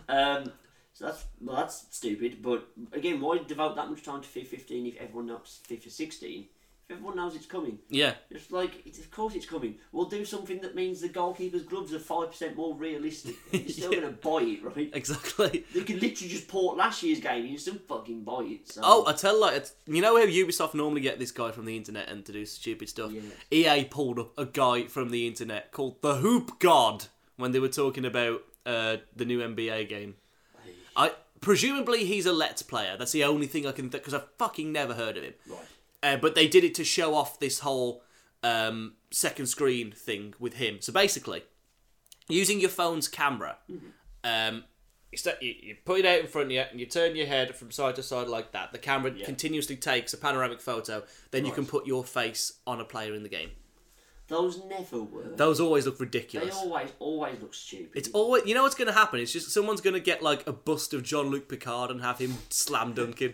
B: Um, so that's well, that's stupid. But again, why devote that much time to FIFA 15 if everyone knows FIFA 16? If everyone knows it's coming,
A: Yeah.
B: It's like, it's, of course it's coming. We'll do something that means the goalkeeper's gloves are 5% more
A: [laughs]
B: realistic. You're still going to buy it, right?
A: Exactly.
B: They could literally just port last year's game and you still fucking buy it. So.
A: Oh, I tell like it's, you know how Ubisoft normally get this guy from the internet and to do stupid stuff. EA pulled up a guy from the internet called the Hoop God when they were talking about uh, the new NBA game. I presumably he's a Let's player. That's the only thing I can because I've fucking never heard of him.
B: Right.
A: Uh, but they did it to show off this whole um, second screen thing with him. So basically, using your phone's camera, um, you, st- you, you put it out in front of you and you turn your head from side to side like that. The camera continuously takes a panoramic photo. Then you can put your face on a player in the game.
B: Those never work.
A: Those always look
B: they
A: ridiculous.
B: always, always look stupid.
A: It's always you know what's going to happen. It's just someone's going to get like a bust of John Luke Picard and have him slam dunk him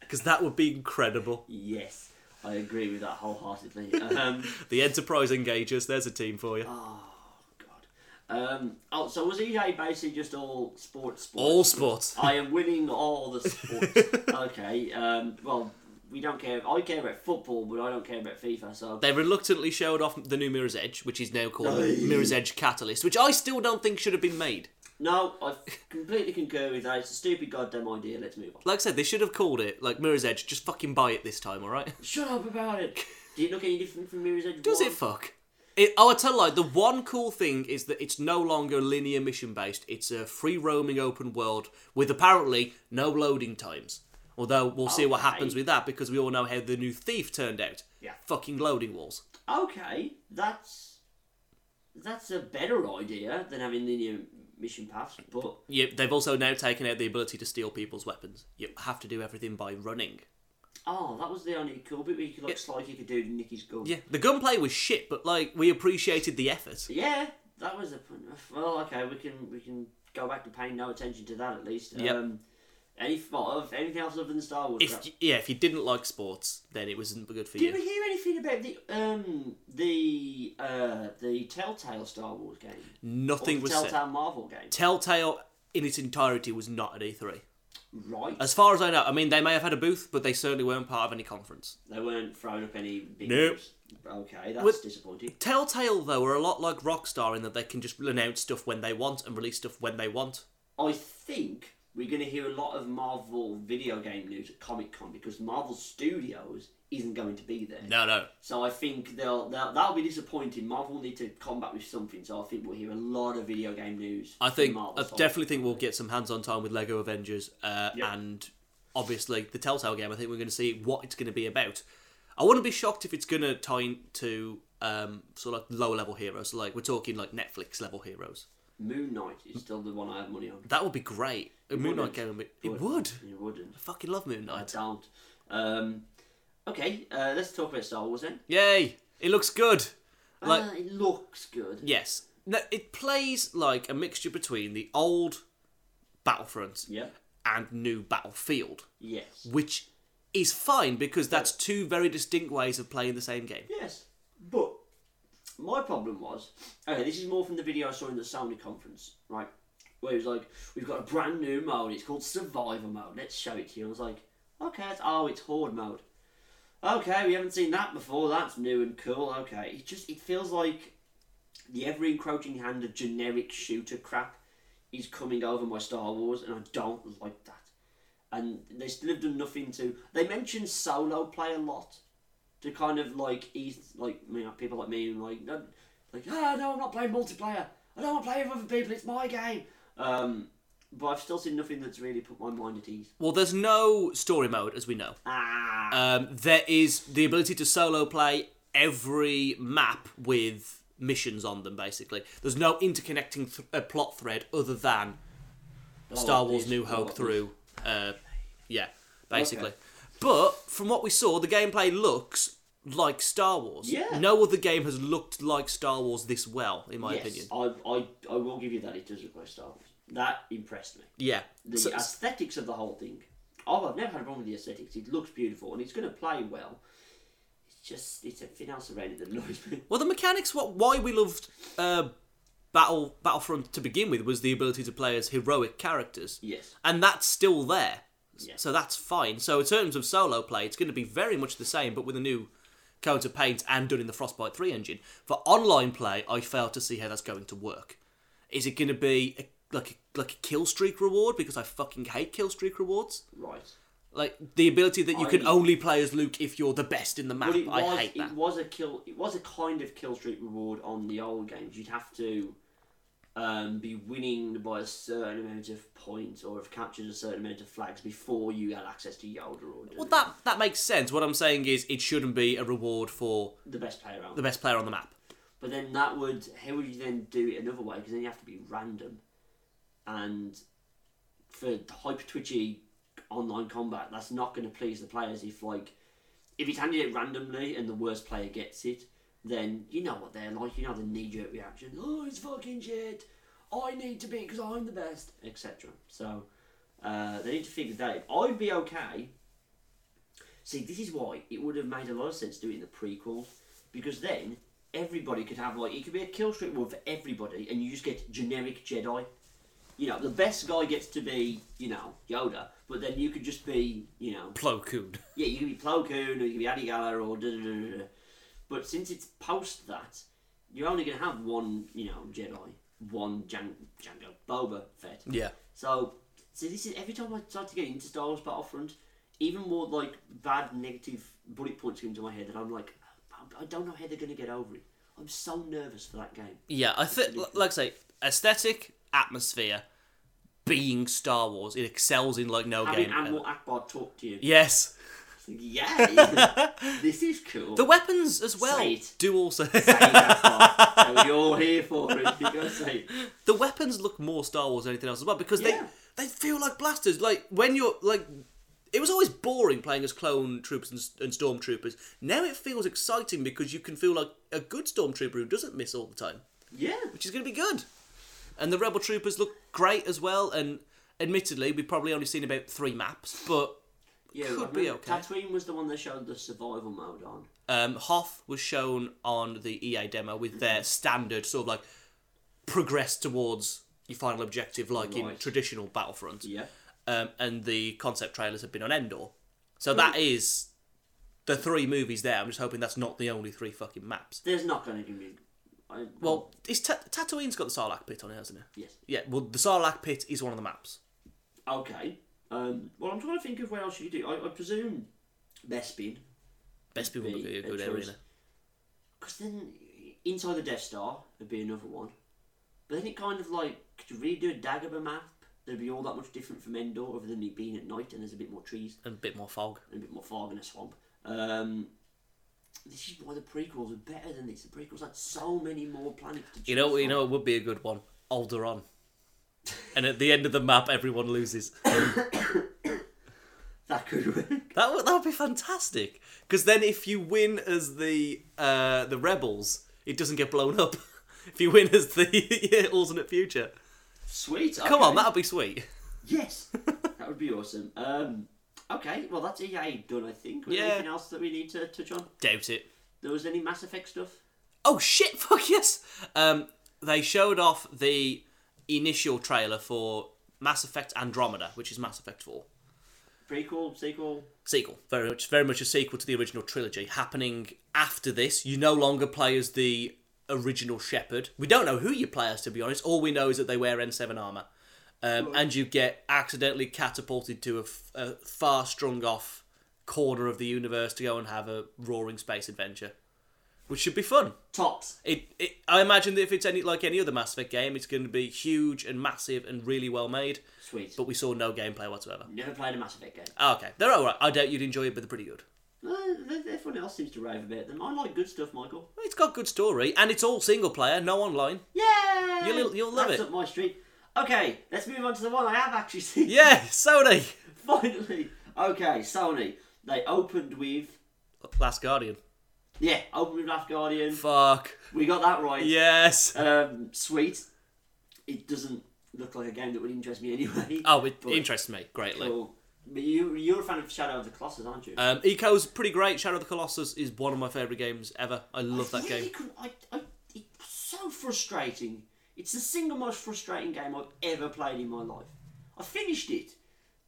A: because that would be incredible.
B: yes, I agree with
A: [laughs]
B: that wholeheartedly. um,
A: The Enterprise engagers. There's a team for you.
B: God. Um, oh, so was EA basically just all sports? sports
A: All sports.
B: I am winning all
A: [laughs]
B: the sports. okay. Um, well, we don't care. I care about football, but I don't care about FIFA. So
A: They reluctantly showed off the new Mirror's Edge, which is now called the Mirror's Edge Catalyst, which I still don't think should have been made.
B: no, I completely concur with that. It's a stupid goddamn idea. Let's move on.
A: Like I said, they should have called it like Mirror's Edge. Just fucking buy it this time, all [laughs] right?
B: Shut up about it. Did it look any different from Mirror's Edge?
A: Does
B: 1?
A: it fuck? It, oh, I tell you, like the one cool thing is that it's no longer linear mission based. It's a free roaming open world with apparently no loading times. Although we'll see what
B: Okay.
A: happens with that because we all know how the new Thief turned out.
B: Yeah.
A: Fucking loading walls.
B: Okay, that's that's a better idea than having linear mission paths. But
A: Yeah, they've also now taken out the ability to steal people's weapons. You have to do everything by running.
B: oh, that was the only cool bit where you could like slide you could do Nicky's gun.
A: Yeah, the gunplay was shit, but like we appreciated the effort.
B: Yeah, that was a well. Okay, we can we can go back to paying no attention to that at least.
A: Yep.
B: Um, any well, of anything else other than Star Wars?
A: If
B: crap?
A: yeah, if you didn't like sports, then it wasn't good for you.
B: Did we hear anything about the um the uh the Telltale Star Wars game? Or
A: Nothing
B: the
A: was
B: Telltale
A: said.
B: Marvel game.
A: Telltale in its entirety was not at E3.
B: Right.
A: As far as I know, I mean, they may have had a booth, but they certainly weren't part of any conference.
B: They weren't throwing up any big
A: Nope.
B: news. Okay, that's
A: With-
B: disappointing.
A: Telltale, though, are a lot like Rockstar in that they can just announce stuff when they want and release stuff when they want.
B: I think we're going to hear a lot of Marvel video game news at Comic Con because Marvel Studios isn't going to be there.
A: No, no.
B: So I think they'll, they'll that'll be disappointing. Marvel will need to combat with something. So I think we'll hear a lot of video game news.
A: I
B: from
A: think,
B: Marvel
A: I
B: side.
A: definitely think we'll get some hands on time with Lego Avengers uh,
B: Yeah.
A: and obviously the Telltale game. I think we're going to see what it's going to be about. I wouldn't be shocked if it's going to tie into um, sort of like lower level heroes. Like, we're talking like Netflix level heroes.
B: Moon Knight is still the one I have money on.
A: That would be great. A Moon Knight
B: wouldn't.
A: game would be. It would.
B: You wouldn't.
A: I fucking love Moon
B: I
A: Knight.
B: don't. Um, okay, uh, let's talk about Star Wars then.
A: Yay! It looks good! Like,
B: uh, it looks good.
A: Yes. No, it plays like a mixture between the old Battlefront
B: Yeah.
A: and new Battlefield,
B: Yes.
A: which is fine because that's two very distinct ways of playing the same game.
B: Yes. But my problem was okay, this is more from the video I saw in the Sony conference, right? Where it was like, we've got a brand new mode, it's called Survivor Mode, let's show it to you. I was like, okay, it's, oh, it's Horde Mode. Okay, we haven't seen that before, that's new and cool, okay. It just, it feels like the ever encroaching hand of generic shooter crap is coming over my Star Wars, and I don't like that. And they still have done nothing to. They mention solo play a lot to kind of like ease, like you know, people like me, and like, no, like, ah, no, I'm not playing multiplayer. I don't want to play with other people. It's my game. Um, but I've still seen nothing that's really put my mind at ease.
A: Well, there's no story mode, as we know.
B: Ah,
A: Um, there is the ability to solo play every map with missions on them, basically. There's no interconnecting th- uh, plot thread other than Star
B: like
A: Wars
B: this,
A: New
B: I
A: Hope
B: like
A: through. Uh, yeah, basically. But from what we saw, the gameplay looks like Star Wars.
B: Yeah.
A: No other game has looked like Star Wars this well, in my
B: yes,
A: opinion.
B: I, I, I will give you that. It does look like Star Wars. That impressed me.
A: Yeah.
B: The
A: So-
B: aesthetics of the whole thing. Oh, I've never had a problem with the aesthetics. It looks beautiful, and it's going to play well. It's just it's everything else around [laughs] it that annoys me.
A: Well, the mechanics. What why we loved uh, Battle Battlefront to begin with was the ability to play as heroic characters,
B: yes.
A: and that's still there. S-
B: Yeah.
A: So that's fine. So in terms of solo play, it's going to be very much the same, but with a new coat of paint and done in the Frostbite Three engine. For online play, I fail to see how that's going to work. Is it going to be a, like a, like a kill streak reward? Because I fucking hate kill streak rewards.
B: Right.
A: Like the ability that you can
B: I-
A: only play as Luke if you're the best in the map.
B: But it was,
A: I hate that.
B: It was a kill. It was a kind of kill streak reward on the old games. You'd have to um, be winning by a certain amount of points, or have captured a certain amount of flags before you had access to Yoda or
A: Well, that that makes sense. What I'm saying is, it shouldn't be a reward for
B: the best player out.
A: the best player on the map.
B: But then that would how would you then do it another way? Because then you have to be random, and for hyper twitchy online combat, that's not going to please the players. If like if it's handed it randomly and the worst player gets it, then you know what they're like. You know the knee jerk reaction. Oh, it's fucking shit. I need to be because I'm the best, etc. So uh, they need to figure that out. I'd be okay See, this is why it would have made a lot of sense doing the prequel, because then everybody could have like it could be a kill streak reward for everybody, and you just get generic Jedi. You know, the best guy gets to be you know Yoda, but then you could just be you know
A: Plo Koon.
B: yeah you could be Plo Koon or you could be Adi Gala or da da da da. da. But since it's post that, you're only going to have one you know Jedi, one Jan- Jango Boba Fett.
A: [laughs] Yeah.
B: So, so this is every time I start to get into Star Wars Battlefront, even more like bad negative bullet points come into my head, and I'm like, I- I don't know how they're going to get over it. I'm so nervous for that game.
A: Yeah, I think, like I say, aesthetic, atmosphere, being Star Wars, it excels in like no
B: Having
A: game.
B: Admiral
A: ever.
B: Akbar talk to you,
A: Yes,
B: yeah,
A: [laughs]
B: this is cool.
A: the weapons as well
B: [laughs] Say it.
A: do also. [laughs]
B: Hey, Akbar, so you're all here for it. You gotta say,
A: the weapons look more Star Wars than anything else as well because
B: Yeah.
A: they they feel like blasters. Like when you're like, it was always boring playing as clone troopers and, and stormtroopers. Now it feels exciting because you can feel like a good stormtrooper who doesn't miss all the time.
B: yeah,
A: which is going to be good. And the Rebel Troopers look great as well. And admittedly, we've probably only seen about three maps, but
B: yeah.
A: Could
B: I
A: be
B: remember
A: okay.
B: Tatooine was the one they showed the survival mode on.
A: um, Hoth was shown on the EA demo with their standard sort of like progress towards your final objective, like in
B: Right.
A: traditional Battlefront.
B: Yeah,
A: Um, and the concept trailers have been on Endor, so that is the three movies there. I'm just hoping that's not the only three fucking maps.
B: there's not going to be. I,
A: Well, it's Ta- Tatooine's got the Sarlacc pit on it, hasn't it?
B: yes.
A: Yeah. Well, the Sarlacc pit is one of the maps.
B: Okay. Um, well, I'm trying to think of what else you could do. I, I presume Bespin,
A: Best people
B: Be
A: would be a
B: a
A: good
B: choice.
A: arena.
B: because then inside the Death Star would be another one. But then it kind of like could you redo a Dagobah map? There'd be all that much different from Endor, other than it being at night and there's a bit more trees
A: and a bit more fog.
B: and a bit more fog and a swamp. Um, this is why the prequels are better than this. The prequels had so many more planets to choose
A: You know, you
B: from.
A: know, it would be a good one. Alderon. And at the end of the map, everyone [laughs] loses.
B: that could work. [laughs]
A: That would that would be fantastic. Because then, if you win as the uh, the rebels, it doesn't get blown up. [laughs] If you win as the [laughs] alternate future,
B: Sweet.
A: come on,
B: okay.
A: that'd be sweet.
B: Yes, [laughs] that would be awesome. Um, okay, well that's EA done. I think. Was
A: Yeah.
B: there Anything else that we need to touch on?
A: Doubt it.
B: There was any Mass Effect stuff?
A: Oh shit! [laughs] Fuck yes. Um, they showed off the initial trailer for Mass Effect Andromeda, which is Mass Effect Four.
B: Prequel, sequel.
A: sequel. Very much, very much a sequel to the original trilogy, happening after this. You no longer play as the original Shepard. We don't know who you play as, to be honest. All we know is that they wear N7 armor. Um, and you get accidentally catapulted to a, f- a far strung off corner of the universe to go and have a roaring space adventure, which should be fun.
B: Tops.
A: It, it I imagine that if it's any like any other Mass Effect game, it's going to be huge and massive and really well made.
B: Sweet.
A: But we saw no gameplay whatsoever.
B: Never played a Mass Effect game.
A: Ah, okay, they're all right. I doubt you'd enjoy it, but they're pretty good.
B: Well, ev- everyone else seems to rave about them. I like good stuff, Michael.
A: It's got good story and it's all single player, no online.
B: Yeah.
A: You'll- you'll love
B: That's
A: it.
B: up my street. Okay, let's move on to the one I have actually seen.
A: Yeah, Sony.
B: [laughs] Finally. Okay, Sony. They opened with
A: Last Guardian.
B: yeah, opened with Last Guardian.
A: Fuck.
B: We got that right.
A: Yes.
B: Um, sweet. It doesn't look like a game that would interest me anyway.
A: [laughs] Oh, it
B: But-
A: interests me greatly.
B: Cool. But you, you're a fan of Shadow of the Colossus, aren't you?
A: Um, Eco's pretty great. Shadow of the Colossus is one of my favourite games ever. I love that
B: Really
A: game.
B: couldn't- I, I, it's so frustrating. It's the single most frustrating game I've ever played in my life. I finished it,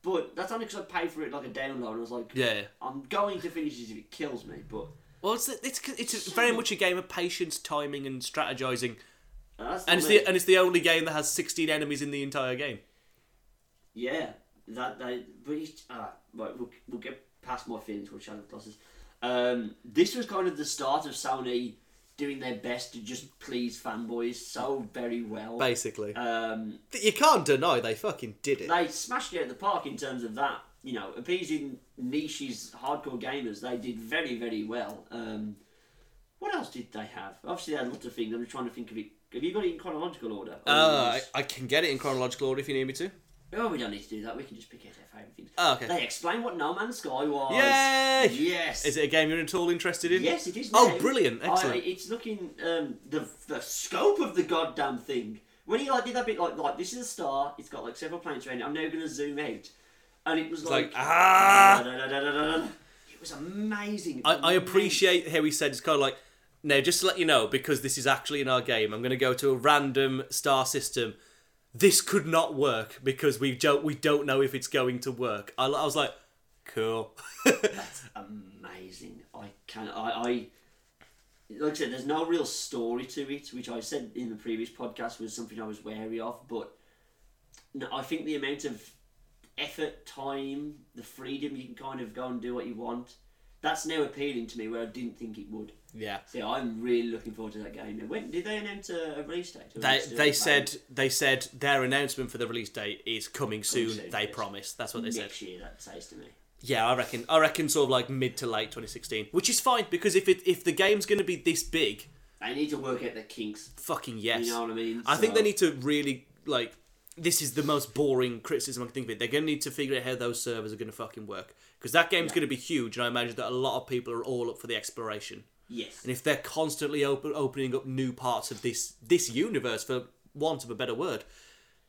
B: but that's only because I paid for it like a download. I was like,
A: Yeah.
B: I'm going to finish this if it kills me, but
A: Well, it's it's it's very much a game of patience, timing, and strategizing.
B: and uh, that's not
A: And it's
B: me.
A: the and it's the only game that has sixteen enemies in the entire game.
B: yeah. That they, but it's, uh, right, we'll, we'll get past my feelings with Shadow of the Colossus. Um, this was kind of the start of Sony doing their best to just please fanboys so very well.
A: Basically, Uh,
B: Um,
A: you can't deny they fucking did it.
B: they smashed it at the park in terms of that. You know, appeasing niches, hardcore gamers, they did very, very well. Um, what else did they have? Obviously, they had lots of things. I'm just trying to think of it. Have you got it in chronological order? Or
A: Uh,
B: is-
A: I, I can get it in chronological order if you need me to.
B: oh, we don't need to do that. We can just pick out our favourite things.
A: Oh, okay.
B: They explained what No Man's Sky was.
A: Yay!
B: Yes.
A: Is it a game you're at all interested in?
B: Yes, it is.
A: Oh,
B: now.
A: brilliant. Excellent.
B: I, it's looking um, the the scope of the goddamn thing. When he like did that bit like like this is a star. It's got like several planes around it. I'm now going to zoom out, and it was
A: like,
B: like,
A: ah!
B: It was amazing.
A: I, I appreciate how he said it's kind of like, now just to let you know, because this is actually in our game, I'm going to go to a random star system. This could not work because we don't we don't know if it's going to work. I, I was like, cool. [laughs]
B: amazing. I can I, I like I said, there's no real story to it, which I said in the previous podcast was something I was wary of, but no, I think the amount of effort, time, the freedom you can kind of go and do what you want, that's now appealing to me where I didn't think it would.
A: yeah.
B: So yeah, I'm really looking forward to that game. And When did they announce a, a release date? Or
A: They,
B: is it still
A: they
B: planned?
A: said they said their announcement for the release date is coming soon.
B: soon,
A: they
B: yes.
A: promise. That's what they said.
B: next year. That says to me.
A: Yeah, I reckon. I reckon sort of like mid to late 2016, which is fine because if it if the game's going to be this big,
B: They need to work out the kinks.
A: fucking yes.
B: You know what I mean?
A: I think
B: So-
A: they need to really like. This is the most boring criticism I can think of. It. They're going to need to figure out how those servers are going to fucking work because that game's going to be huge, and I imagine that a lot of people are all up for the exploration.
B: Yes.
A: And if they're constantly open, opening up new parts of this this universe, for want of a better word,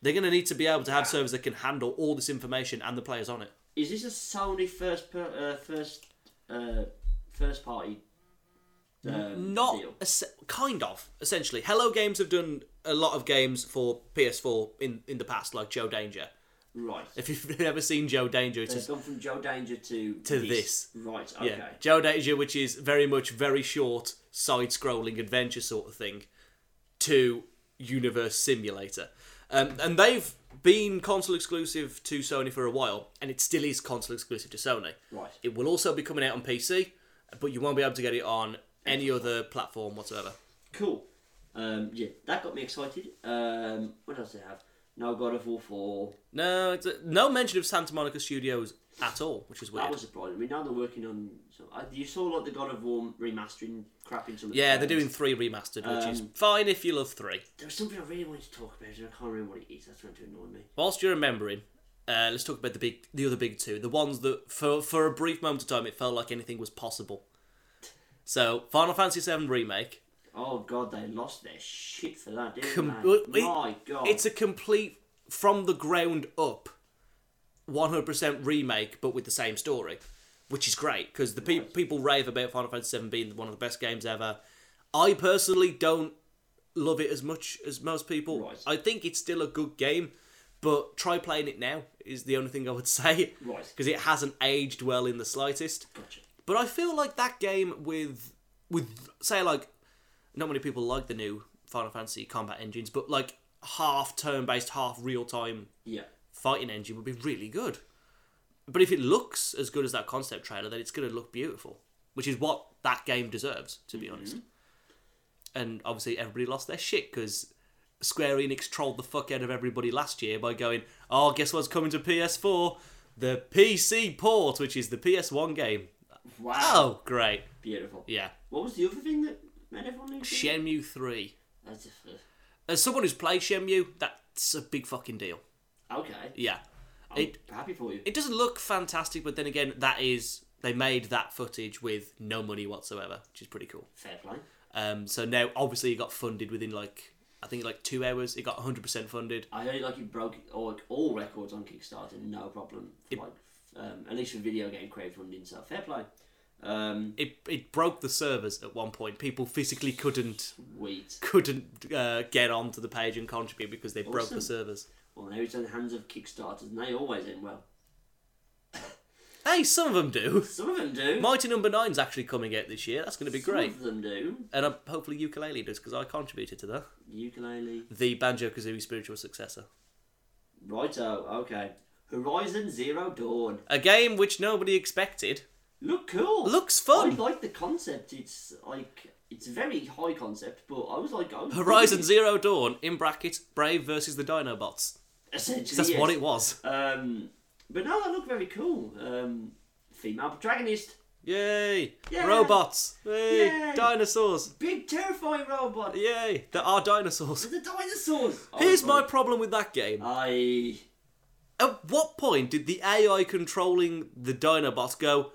A: they're going to need to be able to have servers that can handle all this information and the players on it.
B: Is this a Sony first per, uh, first uh, first party? Um,
A: Not
B: deal?
A: es- kind of essentially. Hello Games have done a lot of games for PS4 in in the past, like Joe Danger.
B: right.
A: If you've [laughs] ever seen Joe Danger, it's
B: They've gone from Joe Danger to
A: To this.
B: Right. Okay.
A: Yeah, Joe Danger, which is very much very short side-scrolling adventure sort of thing, to Universe Simulator, um, and they've been console exclusive to Sony for a while, and it still is console exclusive to Sony.
B: Right.
A: It will also be coming out on PC, but you won't be able to get it on any other platform whatsoever.
B: Cool. Um, yeah, that got me excited. Um, what else do I have? No God of War Four.
A: No, it's no mention of Santa Monica Studios at all, which is
B: That
A: weird.
B: was surprising. We now they're working on. So I, you saw like the God of War remastering crap in some. of the
A: Yeah, they're
B: games.
A: doing three remastered, which is
B: Um,
A: fine if you love three.
B: There was something I really wanted to talk about, and I can't remember what it is. That's going to annoy me.
A: whilst you're remembering, uh, let's talk about the big, the other big two, the ones that for for a brief moment of time it felt like anything was possible. So, Final Fantasy VII remake,
B: Oh God, they lost their shit for that, didn't
A: Com-
B: they?
A: well, it-
B: My God.
A: it's a complete from the ground up, one hundred percent remake, but with the same story, which is great because the pe- people rave about Final Fantasy VII being one of the best games ever. I personally don't love it as much as most people.
B: Right.
A: I think it's still a good game, but try playing it now is the only thing I would [laughs] say.
B: Right.
A: Because it hasn't aged well in the slightest.
B: Gotcha.
A: But I feel like that game with with say like not many people like the new Final Fantasy combat engines, but like half turn based, half real time
B: Yeah.
A: fighting engine would be really good. But if it looks as good as that concept trailer, then it's going to look beautiful, which is what that game deserves, to be honest. And obviously, everybody lost their shit because Square Enix trolled the fuck out of everybody last year by going, "Oh, guess what's coming to PS4? The PC port, which is the PS1 game."
B: Wow.
A: Oh, great!
B: Beautiful.
A: Yeah,
B: What was the other thing that made everyone lose? it?
A: Shenmue Three.
B: That's uh, a,
A: As someone who's played Shenmue, that's a big fucking deal.
B: okay.
A: Yeah,
B: I'm
A: It-
B: happy for you.
A: it doesn't look fantastic, but then again, that is they made that footage with no money whatsoever, which is pretty cool.
B: Fair play.
A: Um, so now obviously it got funded within like I think like two hours. It got 100 percent funded.
B: I heard like it broke all, all records on Kickstarter, no problem. For, like, um, at least for video game crowdfunding, so fair play. Um,
A: It it broke the servers at one point. People physically couldn't
B: wheat.
A: couldn't uh, get onto the page and contribute because they broke
B: Awesome.
A: the servers.
B: Well, now it's in the hands of Kickstarters, and they always end well.
A: Hey, some of them do.
B: Some of them do.
A: Mighty Number Nine's actually coming out this year. That's going to be great.
B: Some of them do.
A: And uh, hopefully ukulele does because I contributed to that.
B: Ukulele.
A: The Banjo Kazooie spiritual successor.
B: Righto, okay. Horizon Zero Dawn.
A: A game which nobody expected.
B: Look cool.
A: Looks
B: I
A: fun.
B: like the concept. It's like it's very high concept, but I was like, I was
A: Horizon Zero Dawn, in brackets, Brave versus the Dinobots.
B: Essentially,
A: That's
B: yes.
A: what it was.
B: Um, but no, that looked very cool. Um, female protagonist,
A: Yay!
B: Yay.
A: Robots! Yay!
B: Yay.
A: Dinosaurs!
B: big terrifying robot.
A: Yay! There are dinosaurs.
B: [laughs] With the dinosaurs. I
A: Oh, Here's
B: was
A: my
B: like,
A: problem with that game.
B: I
A: At what point did the AI controlling the Dinobots go,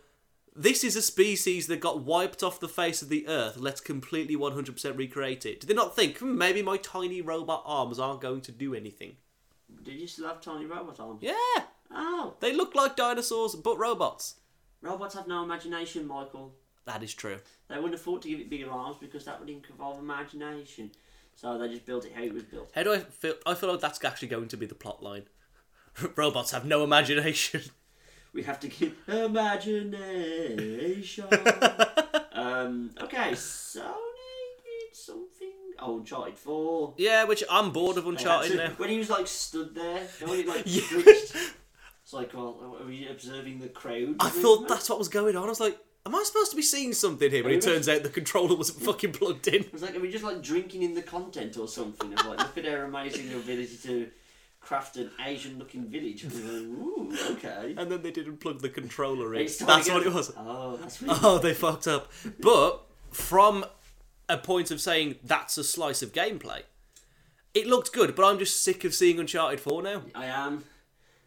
A: this is a species that got wiped off the face of the Earth, let's completely 100% recreate it? Did they not think, hmm, maybe my tiny robot arms aren't going to do anything?
B: did you still have tiny robot arms?
A: Yeah!
B: Oh,
A: They look like dinosaurs, but robots.
B: robots have no imagination, Michael.
A: That is true.
B: They wouldn't afford to give it bigger arms because that would involve imagination. So they just built it how it was built.
A: How do I feel? I feel like that's actually going to be the plot line. [laughs] Robots have no imagination.
B: We have to give [laughs]
A: [laughs]
B: imagination. um, okay, Sony did something. Oh, Uncharted 4.
A: yeah, which I'm bored of Uncharted
B: [laughs]
A: now.
B: When he was like stood there, and when he like
A: [laughs] Yeah.
B: twitched, it's like, well, are we observing the crowd?
A: I thought that's what was going on. I was like, am I supposed to be seeing something here? But it
B: Really?
A: turns out the controller wasn't fucking plugged in.
B: It was like, are we just like drinking in the content or something? Of like, look at their amazing ability to craft an Asian-looking village. And we're like, Ooh,
A: [laughs]
B: okay.
A: And then they didn't plug the controller in.
B: It's time
A: That's
B: to
A: what
B: go-
A: it was.
B: Oh,
A: [laughs]
B: that's really
A: Oh, they fucked up. But from a point of saying that's a slice of gameplay, it looked good. But I'm just sick of seeing Uncharted 4 now.
B: I am.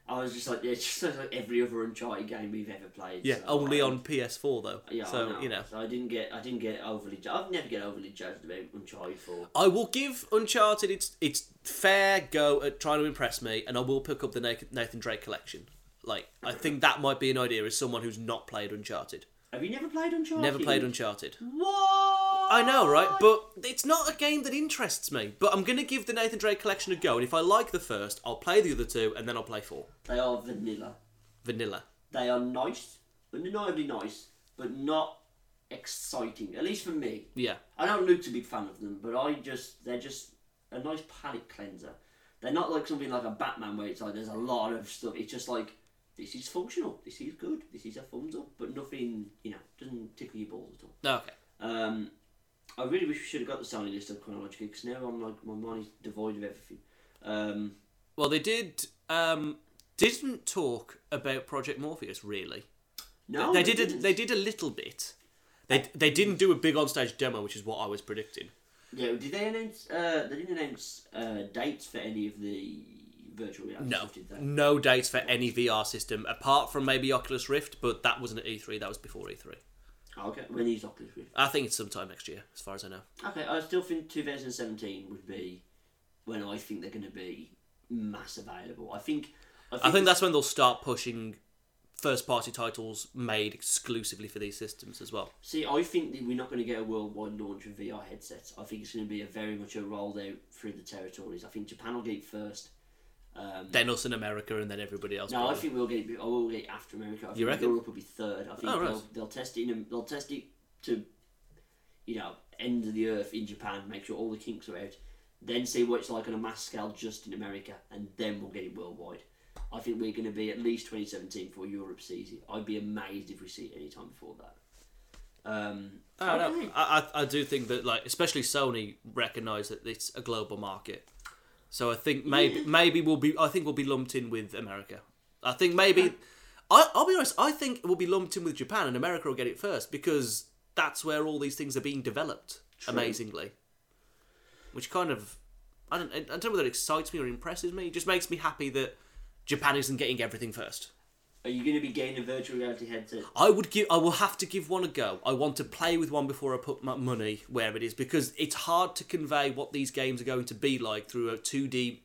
B: I was just like, yeah, [laughs] it's just like every other Uncharted game we've ever played.
A: Yeah,
B: so
A: only
B: I-
A: on PS4 though.
B: Yeah, I
A: so you know,
B: So I didn't get, I didn't get overly. ju- I've never get overly judged about Uncharted Four.
A: I will give Uncharted its its fair go at trying to impress me, and I will pick up the Na- Nathan Drake collection. Like, I think that might be an idea as someone who's not played Uncharted,
B: Have you never played Uncharted?
A: never played Uncharted.
B: What?
A: I know, right? But it's not a game that interests me. But I'm gonna give the Nathan Drake collection a go, and if I like the first, I'll play the other two, and then I'll play four.
B: they are vanilla.
A: Vanilla.
B: They are nice, undeniably nice, but not exciting. At least for me.
A: Yeah.
B: I know Luke's a big fan of them, but I just they're just a nice palate cleanser. They're not like something like a Batman where it's like there's a lot of stuff. It's just like this is functional, this is good, this is a thumbs up, but nothing you know doesn't tickle your balls at all.
A: Okay.
B: Um, I really wish we should have got the Sony list up chronologically because now I'm like my mind is devoid of everything. Um,
A: Well, they did. Um, didn't talk about Project Morpheus really.
B: no,
A: they did. A,
B: didn't.
A: they did a little bit. They they didn't do a big on stage demo, which is what I was predicting.
B: Yeah, did they announce? Uh, they didn't announce uh, dates for any of the virtual reality
A: No,
B: stuff, did they?
A: no dates for any VR system apart from maybe Oculus Rift, but that wasn't at E3. That was before E3.
B: Oh, okay, when these Oculus Rift.
A: I think it's sometime next year, as far as I know.
B: Okay, I still think 2017 would be when I think they're going to be mass available. I think. I think,
A: I think that's when they'll start pushing first-party titles made exclusively for these systems as well.
B: See, I think that we're not going to get a worldwide launch of VR headsets. I think it's going to be a very much a rolled out through the territories. I think Japan will get it first. Um,
A: Then us in America, and then everybody else.
B: no, I
A: probably.
B: think we'll get. it be- I will get it after America. I think
A: reckon?
B: Europe will be third. I think
A: Oh, right.
B: they'll, they'll test it. In, they'll test it to you know, end of the earth in Japan, make sure all the kinks are out, then see what it's like on a mass scale just in America, and then we'll get it worldwide. I think we're going to be at least 2017 before Europe sees it. I'd be amazed if we see it any time before that. Um,
A: I, don't know.
B: okay.
A: I, I I do think that like especially Sony recognise that it's a global market, so I think maybe maybe we'll be I think we'll be lumped in with America. I think maybe I, I'll be honest. I think we'll be lumped in with Japan and America will get it first because that's where all these things are being developed amazingly, which kind of I don't I don't know whether it excites me or impresses me. It just makes me happy that Japan isn't getting everything first.
B: Are you going to be getting a virtual reality headset?
A: I would give. I will have to give one a go. I want to play with one before I put my money where it is because it's hard to convey what these games are going to be like through a two D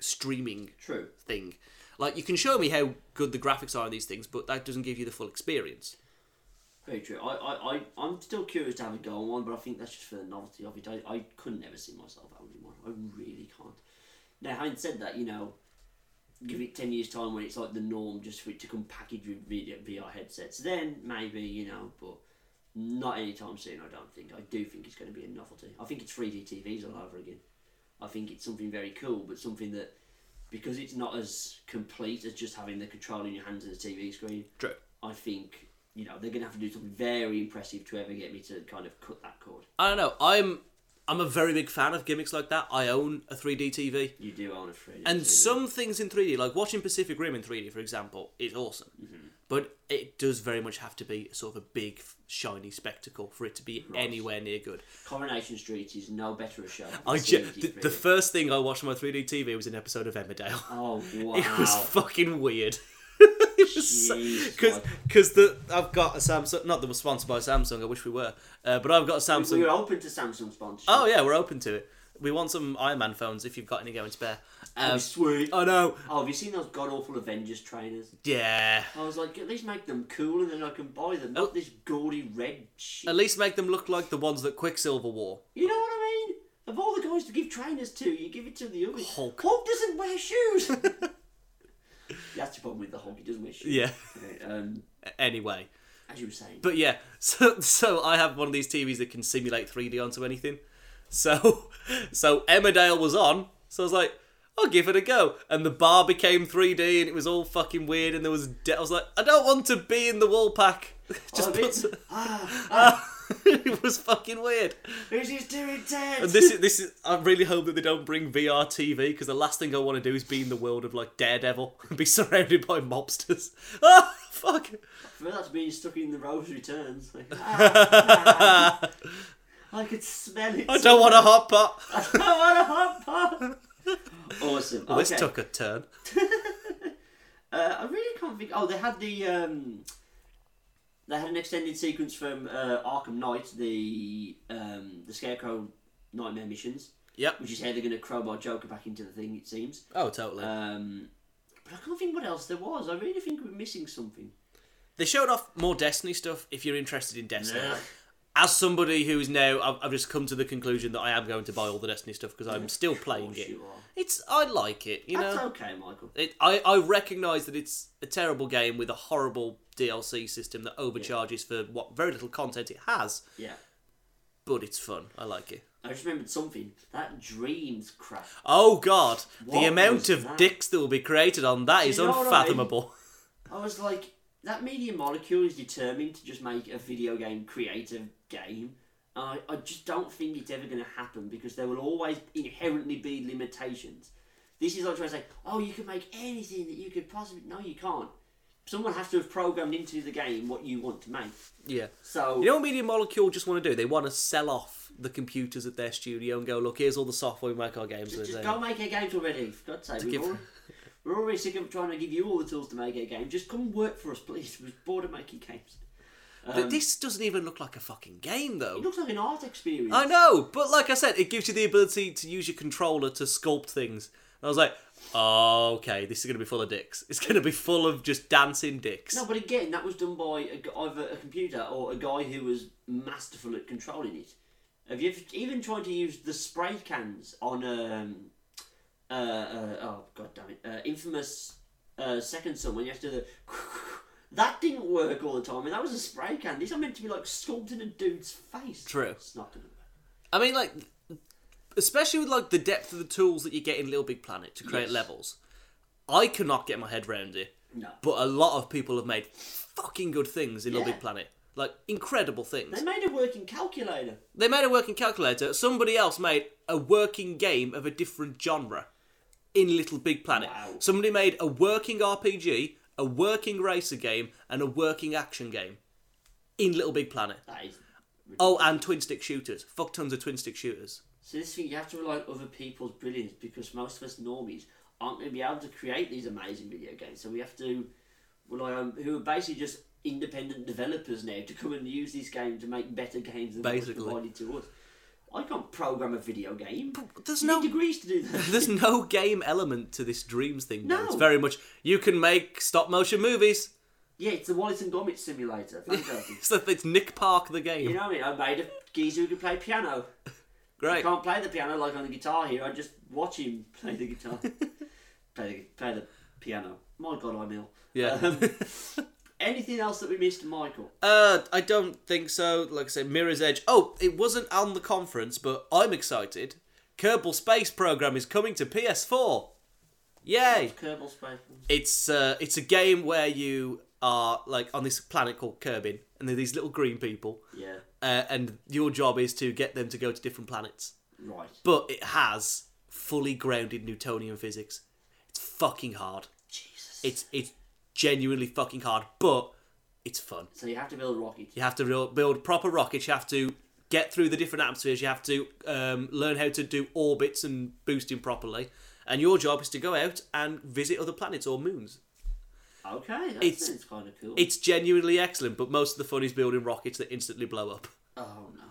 A: streaming
B: True.
A: thing. Like you can show me how good the graphics are in these things, but that doesn't give you the full experience.
B: Very true. I, I, I, I'm still curious to have a go on one, but I think that's just for the novelty of it. I, I couldn't ever see myself owning one. I really can't. Now, having said that, you know, give it 10 years' time when it's like the norm just for it to come packaged with video, VR headsets, then maybe, you know, but not anytime soon, I don't think. I do think it's going to be a novelty. I think it's 3D TVs all over again. I think it's something very cool, but something that, because it's not as complete as just having the control in your hands and the TV screen,
A: True.
B: I think you know they're going to have to do something very impressive to ever get me to kind of cut that cord.
A: I don't know. I'm I'm a very big fan of gimmicks like that. I own a three D TV.
B: You do own a fridge,
A: And some things in 3D, like watching Pacific Rim in 3D, for example, is awesome. But it does very much have to be sort of a big, f- shiny spectacle for it to be anywhere near good.
B: Coronation Street is no better a show. than
A: I ju-
B: CGV.
A: the, the first thing I watched on my 3D TV was an episode of Emmerdale. [laughs]
B: oh wow,
A: It was fucking weird. [laughs] it was
B: Jeez,
A: because
B: like-
A: because the I've got a Samsung. Not that we're sponsored by Samsung. I wish we were, uh, but I've got a Samsung.
B: we were open to Samsung sponsorship.
A: oh yeah, we're open to it. We want some Iron Man phones if you've got any going spare.
B: Oh,
A: Um,
B: sweet.
A: oh no,
B: Oh, have you seen those god awful Avengers trainers?
A: yeah.
B: I was like, at least make them cool, and then I can buy them.
A: Oh.
B: Not this gaudy red shit.
A: At least make them look like the ones that Quicksilver wore.
B: You know what I mean? Of all the guys to give trainers to, you give it to the other.
A: Hulk.
B: Hulk doesn't wear shoes. That's the problem with the Hulk. He doesn't wear shoes.
A: [laughs] Yeah.
B: Um,
A: Anyway,
B: as you were saying.
A: but yeah, [laughs] so so I have one of these TVs that can simulate 3D onto anything. So [laughs] so Emmerdale was on, so I was like, I'll give it a go. And the bar became 3D, and it was all fucking weird. And there was de- I was like, I don't want to be in the wall pack. [laughs] Just
B: Oh,
A: put.
B: it's-
A: Some-
B: [laughs] ah,
A: it was fucking weird.
B: this is too intense.
A: And this is this is. I really hope that they don't bring VR TV because the last thing I want to do is be in the world of like Daredevil [laughs] and be surrounded by mobsters. [laughs] Ah, fuck.
B: Well, that's being stuck in the Rose Returns.
A: [laughs]
B: Like, ah, ah. I could smell it.
A: I don't want a hot pot.
B: [laughs] I don't want a hot pot. Awesome.
A: Well, This
B: okay.
A: took a turn.
B: Uh, I really can't think. Oh, they had the um, they had an extended sequence from uh, Arkham Knight, the um, the Scarecrow Nightmare missions,
A: Yep.
B: which is how they're going to crowbar Joker back into the thing. It seems.
A: Oh, totally.
B: Um, but I can't think what else there was. I really think we're missing something.
A: they showed off more Destiny stuff if you're interested in Destiny.
B: [laughs]
A: As somebody who is now, I've, I've just come to the conclusion that I am going to buy all the Destiny stuff because I'm still playing
B: course
A: it.
B: you are.
A: It's I like it, you
B: That's
A: know.
B: okay, Michael.
A: It, I I recognise that it's a terrible game with a horrible DLC system that overcharges for what very little content it has,
B: Yeah.
A: but it's fun. I like it.
B: I just remembered something. That dreams crap.
A: Oh God, the
B: What
A: amount
B: was
A: of
B: that?
A: dicks that will be created on that is
B: you know what I mean?
A: unfathomable. [laughs]
B: I was like, that media molecule is determined to just make a video game creative game. I, I just don't think it's ever going to happen because there will always inherently be limitations. This is like trying to say, oh, you can make anything that you could possibly. No, you can't. Someone has to have programmed into the game what you want to make.
A: yeah.
B: So
A: You know what Media Molecule just want to do? They want to sell off the computers at their studio and go, look, here's all the software we make our games with.
B: just
A: There.
B: go make our games already. For God's sake,
A: give-
B: we're, already, we're already sick of trying to give you all the tools to make our game. Just come work for us, please. We're bored of making games.
A: But this doesn't even look like a fucking game,
B: It
A: though.
B: looks like an art experience.
A: I know, but like I said, it gives you the ability to use your controller to sculpt things. And I was like, oh, okay, this is going to be full of dicks. It's going to be full of just dancing dicks.
B: No, but again, that was done by a, gu- either a computer or a guy who was masterful at controlling it. Have you ever, even tried to use the spray cans on um, uh, uh, oh god damn it, uh, infamous uh, second son when you have to [laughs] That didn't work all the time. I mean, that was a spray can. These are meant to be like sculpting a dude's face.
A: True.
B: It's not gonna work.
A: I mean, like, especially with like the depth of the tools that you get in Little Big Planet to create
B: Yes.
A: levels, I cannot get my head round it.
B: No.
A: But a lot of people have made fucking good things in Little
B: Yeah.
A: Big Planet, like incredible things.
B: They made a working calculator.
A: They made a working calculator. Somebody else made a working game of a different genre in Little Big Planet.
B: Wow.
A: Somebody made a working RPG, a working racer game, and a working action game in Little Big Planet.
B: That is.
A: Oh, and twin stick shooters. Fuck tons of twin stick shooters.
B: So this thing, you have to rely on other people's brilliance because most of us normies aren't going to be able to create these amazing video games. So we have to rely on who are basically just independent developers now to come and use these games to make better games than
A: Basically.
B: what's provided to us. I can't program a video game.
A: There's
B: You
A: no
B: need degrees to do that.
A: [laughs] there's no game element to this dreams thing. though. It's
B: No.
A: very much you can make stop motion movies. [laughs]
B: yeah, it's the Wallace and Gromit simulator. Fantastic.
A: It's, the- it's Nick Park the game.
B: you know what I mean? I made a geezer who could play piano. I
A: Great.
B: can't play the piano like on the guitar here. I just watch him play the
A: [laughs]
B: guitar, play the, play the piano. My God, I'm ill.
A: Yeah.
B: [laughs]
A: [laughs]
B: Um, anything else that we missed, Michael?
A: Uh, I don't think so. Like I said, Mirror's Edge. Oh, it wasn't on the conference, but I'm excited. Kerbal Space Program is coming to PS4. Yay!
B: Kerbal Space.
A: It's uh, it's a game where you are like on this planet called Kerbin, and there are these little green people,
B: Yeah.
A: uh, and your job is to get them to go to different planets.
B: Right.
A: But it has fully grounded Newtonian physics. It's fucking hard.
B: Jesus.
A: It's it's genuinely fucking hard, but it's fun.
B: so you have to build a rocket.
A: You have to real- build proper rockets. You have to get through the different atmospheres. You have to um, learn how to do orbits and boosting properly. And your job is to go out and visit other planets or moons.
B: Okay. That
A: It's-
B: sounds kind of cool.
A: It's genuinely excellent, but most of the fun is building rockets that instantly blow up.
B: oh no.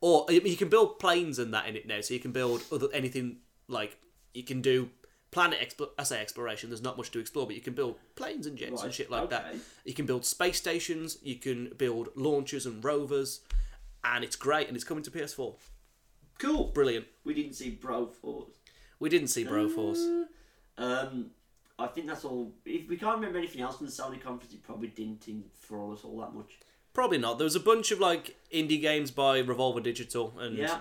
A: Or I mean, you can build planes and that in it now, so you can build other anything like you can do planet expo- I say exploration. There's not much to explore, but you can build planes and jets and
B: Right,
A: shit like that.
B: okay.
A: You can build space stations. You can build launchers and rovers, and it's great. And it's coming to PS4.
B: Cool.
A: Brilliant.
B: We didn't see Bro Force.
A: We didn't see Broforce.
B: Um, I think that's all. If we can't remember anything else from the Sony conference, it probably didn't enthrall us all that much.
A: Probably not. There was a bunch of like indie games by Revolver Digital, and
B: Yeah.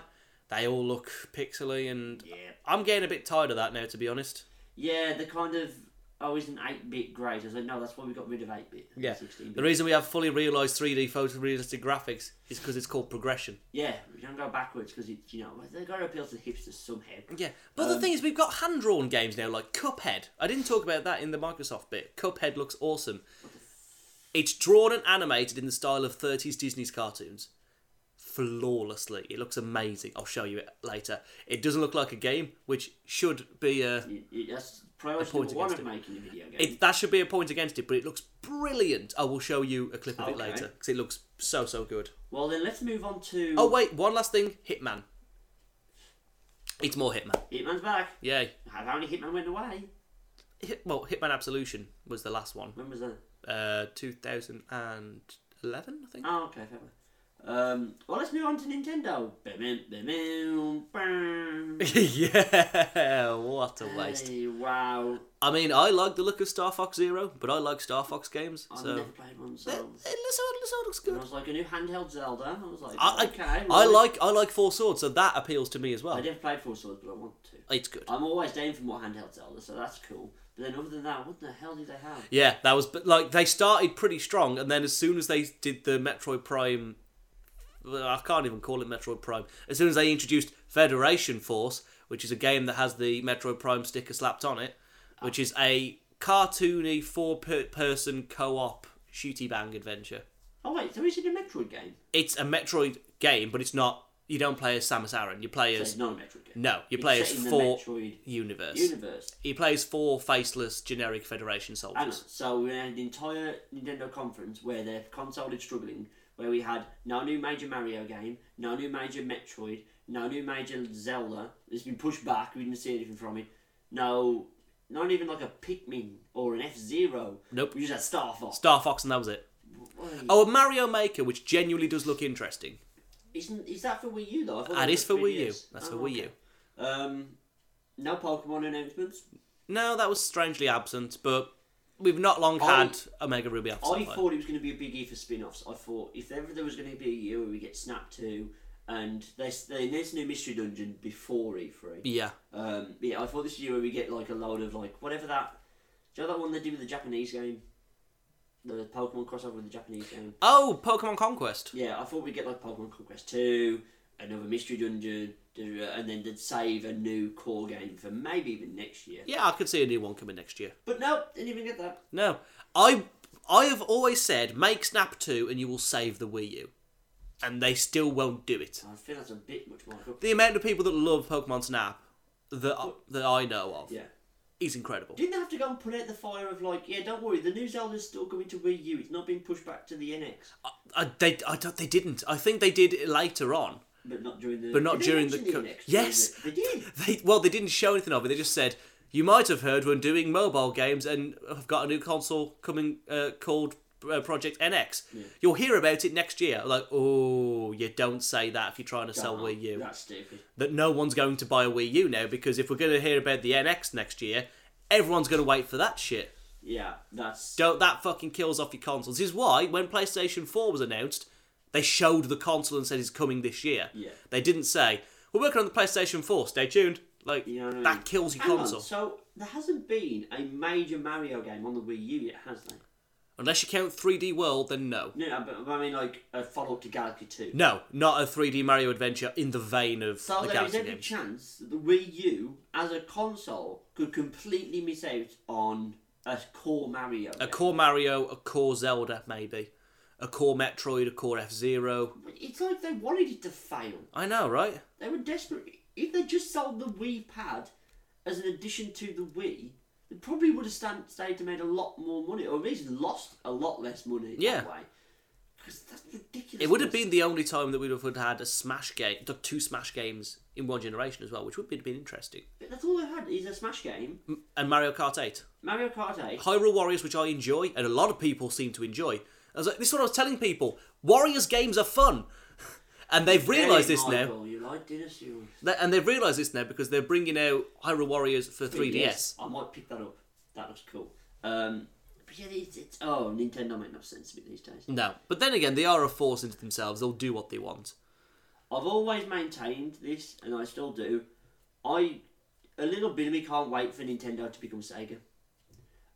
A: they all look pixely. And
B: Yeah.
A: I'm getting a bit tired of that now, to be honest.
B: Yeah, the kind of oh, isn't eight bit great? I was like, no, that's why we got rid of eight bit.
A: Yeah.
B: sixteen
A: The
B: bit.
A: reason we have fully realized 3D photorealistic graphics is because it's called progression.
B: Yeah, we don't go backwards because it's you know they got to appeal to the hipsters somehow.
A: Yeah, but the thing is, we've got hand drawn games now, like Cuphead. I didn't talk about that in the Microsoft bit. Cuphead looks awesome. It's drawn and animated in the style of 30s Disney's cartoons. Flawlessly. It looks amazing. I'll show you it later. It doesn't look like a game, which should be a.
B: It, it, that's priority
A: point
B: number one of
A: against
B: making a video game.
A: It, that should be a point against it, but it looks brilliant. I will show you a clip of it
B: Okay.
A: later because it looks so, so good.
B: well, then let's move on to
A: Oh, wait, one last thing Hitman. It's more Hitman.
B: Hitman's back.
A: Yay.
B: How how many Hitman went away?
A: Hit, well, Hitman Absolution was the last one.
B: When was that?
A: Uh, 2011, I think.
B: Oh, okay, fair enough. Um, well, let's move on to Nintendo. Bam, bam, bam,
A: [laughs]
B: bam.
A: [laughs] yeah, what a waste.
B: Hey, wow.
A: I mean, I like the look of Star Fox Zero, but I like Star Fox games,
B: I've
A: so.
B: never played one,
A: It, it,
B: so.
A: looks- it looks- it looks
B: And I
A: good.
B: was like, a new handheld Zelda. I was like,
A: I, I,
B: okay.
A: I
B: really?
A: like I like Four Swords, so that appeals to me as
B: I
A: well.
B: never played Four Swords, but I want to.
A: It's good.
B: I'm always down for more handheld Zelda, so that's cool. But then other than that, what the hell did they have?
A: Yeah, that was but like they started pretty strong, and then as soon as they did the Metroid Prime, well, I can't even call it Metroid Prime. As soon as they introduced Federation Force, which is a game that has the Metroid Prime sticker slapped on it, which is a cartoony four-person co-op shooty bang adventure.
B: Oh wait, so is it a Metroid game?
A: It's a Metroid game, but it's not. You don't play as Samus Aran. You play
B: It's
A: as
B: not a Metroid game.
A: no. You
B: It's
A: play
B: set
A: as
B: in the
A: four
B: Metroid
A: universe.
B: universe.
A: you play as four faceless generic Federation
B: Hang on.
A: soldiers.
B: So we had an entire Nintendo conference where their console is struggling, where we had no new major Mario game, no new major Metroid, no new major Zelda. It's been pushed back. We didn't see anything from it. No, not even like a Pikmin or an F Zero.
A: Nope.
B: We just had Star Fox.
A: Star Fox, and that was it.
B: Wait,
A: Oh, a Mario Maker, which genuinely does look interesting.
B: Isn't is that for Wii U though? I thought
A: That
B: was
A: is for Wii U.
B: 3DS.
A: That's
B: Oh,
A: for Wii U.
B: okay. Um, no Pokemon announcements.
A: No, that was strangely absent, but we've not long
B: I-
A: had Omega Ruby Alpha
B: I
A: Sapphire.
B: thought it was going to be a biggie for spin-offs. I thought if ever there was going to be a year where we get Snap Two and there's there's no Mystery Dungeon before E3.
A: yeah,
B: Um, yeah, I thought this year where we get like a load of like whatever that. Do you know that one they do with the Japanese game? The Pokemon crossover with the Japanese game.
A: Oh, Pokemon Conquest.
B: Yeah, I thought we'd get like Pokemon Conquest 2, another Mystery Dungeon, da- da- da, and then they'd save a new core game for maybe even next year.
A: Yeah, I could see a new one coming next year.
B: But no, didn't even get that.
A: No, I I have always said make Snap two and you will save the Wii U, and they still won't do it.
B: I feel that's a bit much more.
A: The amount of people that love Pokemon Snap that I- that I know of
B: Yeah.
A: is incredible.
B: Didn't they have to go and put out the fire of like, yeah, don't worry, the new Zelda's still going to Wii U. It's not being pushed back to the NX,
A: I, I- they I don't, they didn't. I think they did it later on.
B: but not during the.
A: But not
B: Did they
A: during the
B: mention
A: co-
B: NX? during
A: Yes!
B: the-
A: [laughs]
B: they did.
A: They well they didn't show anything of it. They just said you might have heard we're doing mobile games and have got a new console coming uh, called. Uh, Project NX. You'll hear about it next year. Like, oh, you don't say that if you're trying to sell
B: Oh,
A: Wii U.
B: That's stupid.
A: that no one's going to buy a Wii U now because if we're going to hear about the NX next year, everyone's going to wait for that shit.
B: Yeah, that's.
A: Don't that fucking kills off your consoles. This is why when PlayStation 4 was announced, they showed the console and said it's coming this year.
B: Yeah.
A: They didn't say, we're working on the PlayStation 4, stay tuned. Like,
B: You know what I mean?
A: that kills your
B: Hang on,
A: console.
B: so there hasn't been a major Mario game on the Wii U yet, has there?
A: Unless you count 3D World, then no.
B: No, but but I mean like a follow up to Galaxy Two.
A: No, not a 3D Mario adventure in the vein of
B: So
A: the
B: there is
A: Galaxy
B: every
A: games.
B: chance that the Wii U as a console could completely miss out on a core Mario.
A: a
B: game.
A: core Mario, a core Zelda, maybe. A core Metroid, a core F Zero.
B: But It's like they wanted it to fail.
A: I know, right?
B: They were desperate. If they just sold the Wii Pad as an addition to the Wii, they probably would have stand, stayed to made a lot more money, or at least lost a lot less money.
A: Yeah.
B: That way. Because that's ridiculous.
A: It would have been the only time that we would have had a Smash game, the two Smash games in one generation as well, which would have been interesting.
B: But that's all they had is a Smash game,
A: M- And Mario Kart 8.
B: Mario Kart 8.
A: Hyrule Warriors, which I enjoy, and a lot of people seem to enjoy. I was like, this is what I was telling people. Warriors games are fun. [laughs] and they've realised
B: Hey,
A: this now.
B: Michael, You like
A: [laughs]
B: Dynasty Warriors.
A: Th- And they've realised this now because they're bringing out Hyrule Warriors for 3DS.
B: I might pick that up. That looks cool. Um, but yeah, it's, it's oh Nintendo make no sense to me these days.
A: No. But then again, they are a force into themselves. They'll do what they want.
B: I've always maintained this, and I still do. I a little bit of me can't wait for Nintendo to become Sega,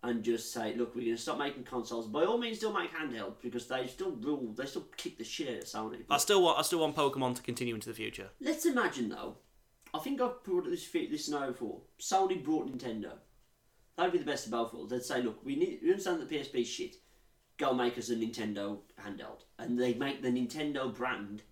B: and just say, look, we're gonna stop making consoles. By all means, still make handheld because they still rule. They still kick the shit out of Sony.
A: I still want I still want Pokemon to continue into the future.
B: Let's imagine though. I think I've brought this fi- this scenario before. Sony brought Nintendo. That'd be the best of both worlds. They'd say, look, we need we understand that PSP shit. Go make us a Nintendo handheld, and they make the Nintendo brand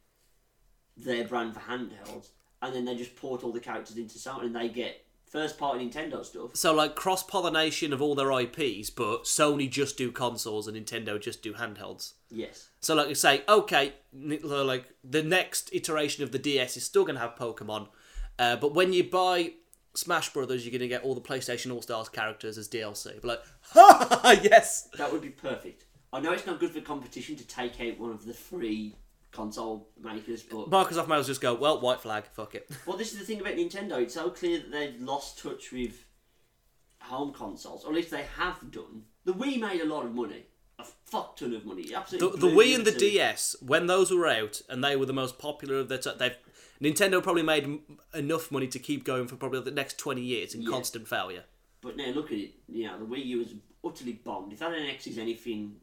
B: their brand for handhelds, and then they just port all the characters into Sony, and they get first party Nintendo stuff.
A: So like cross pollination of all their IPs, but Sony just do consoles and Nintendo just do handhelds.
B: Yes,
A: So like you say, okay, n- like the next iteration of the DS is still gonna have Pokemon, uh, but when you buy Smash Brothers, you're gonna get all the PlayStation All Stars characters as DLC. But like, [laughs] ha ha, ha, yes,
B: that would be perfect. I know it's not good for competition to take out one of the three console makers, but
A: Microsoft might as well just go. Well, white flag, fuck it. [laughs]
B: Well, this is the thing about Nintendo. It's so clear that they've lost touch with home consoles, or at least they have done. The Wii made a lot of money, a fuck ton of money. It
A: The,
B: Absolutely.
A: the
B: blew
A: Wii and the
B: Wii.
A: DS, when those were out, and they were the most popular of their time, they've Nintendo probably made m- enough money to keep going for probably the next twenty years in constant failure.
B: But now look at it. You know, the Wii U is utterly bombed. If that NX is anything,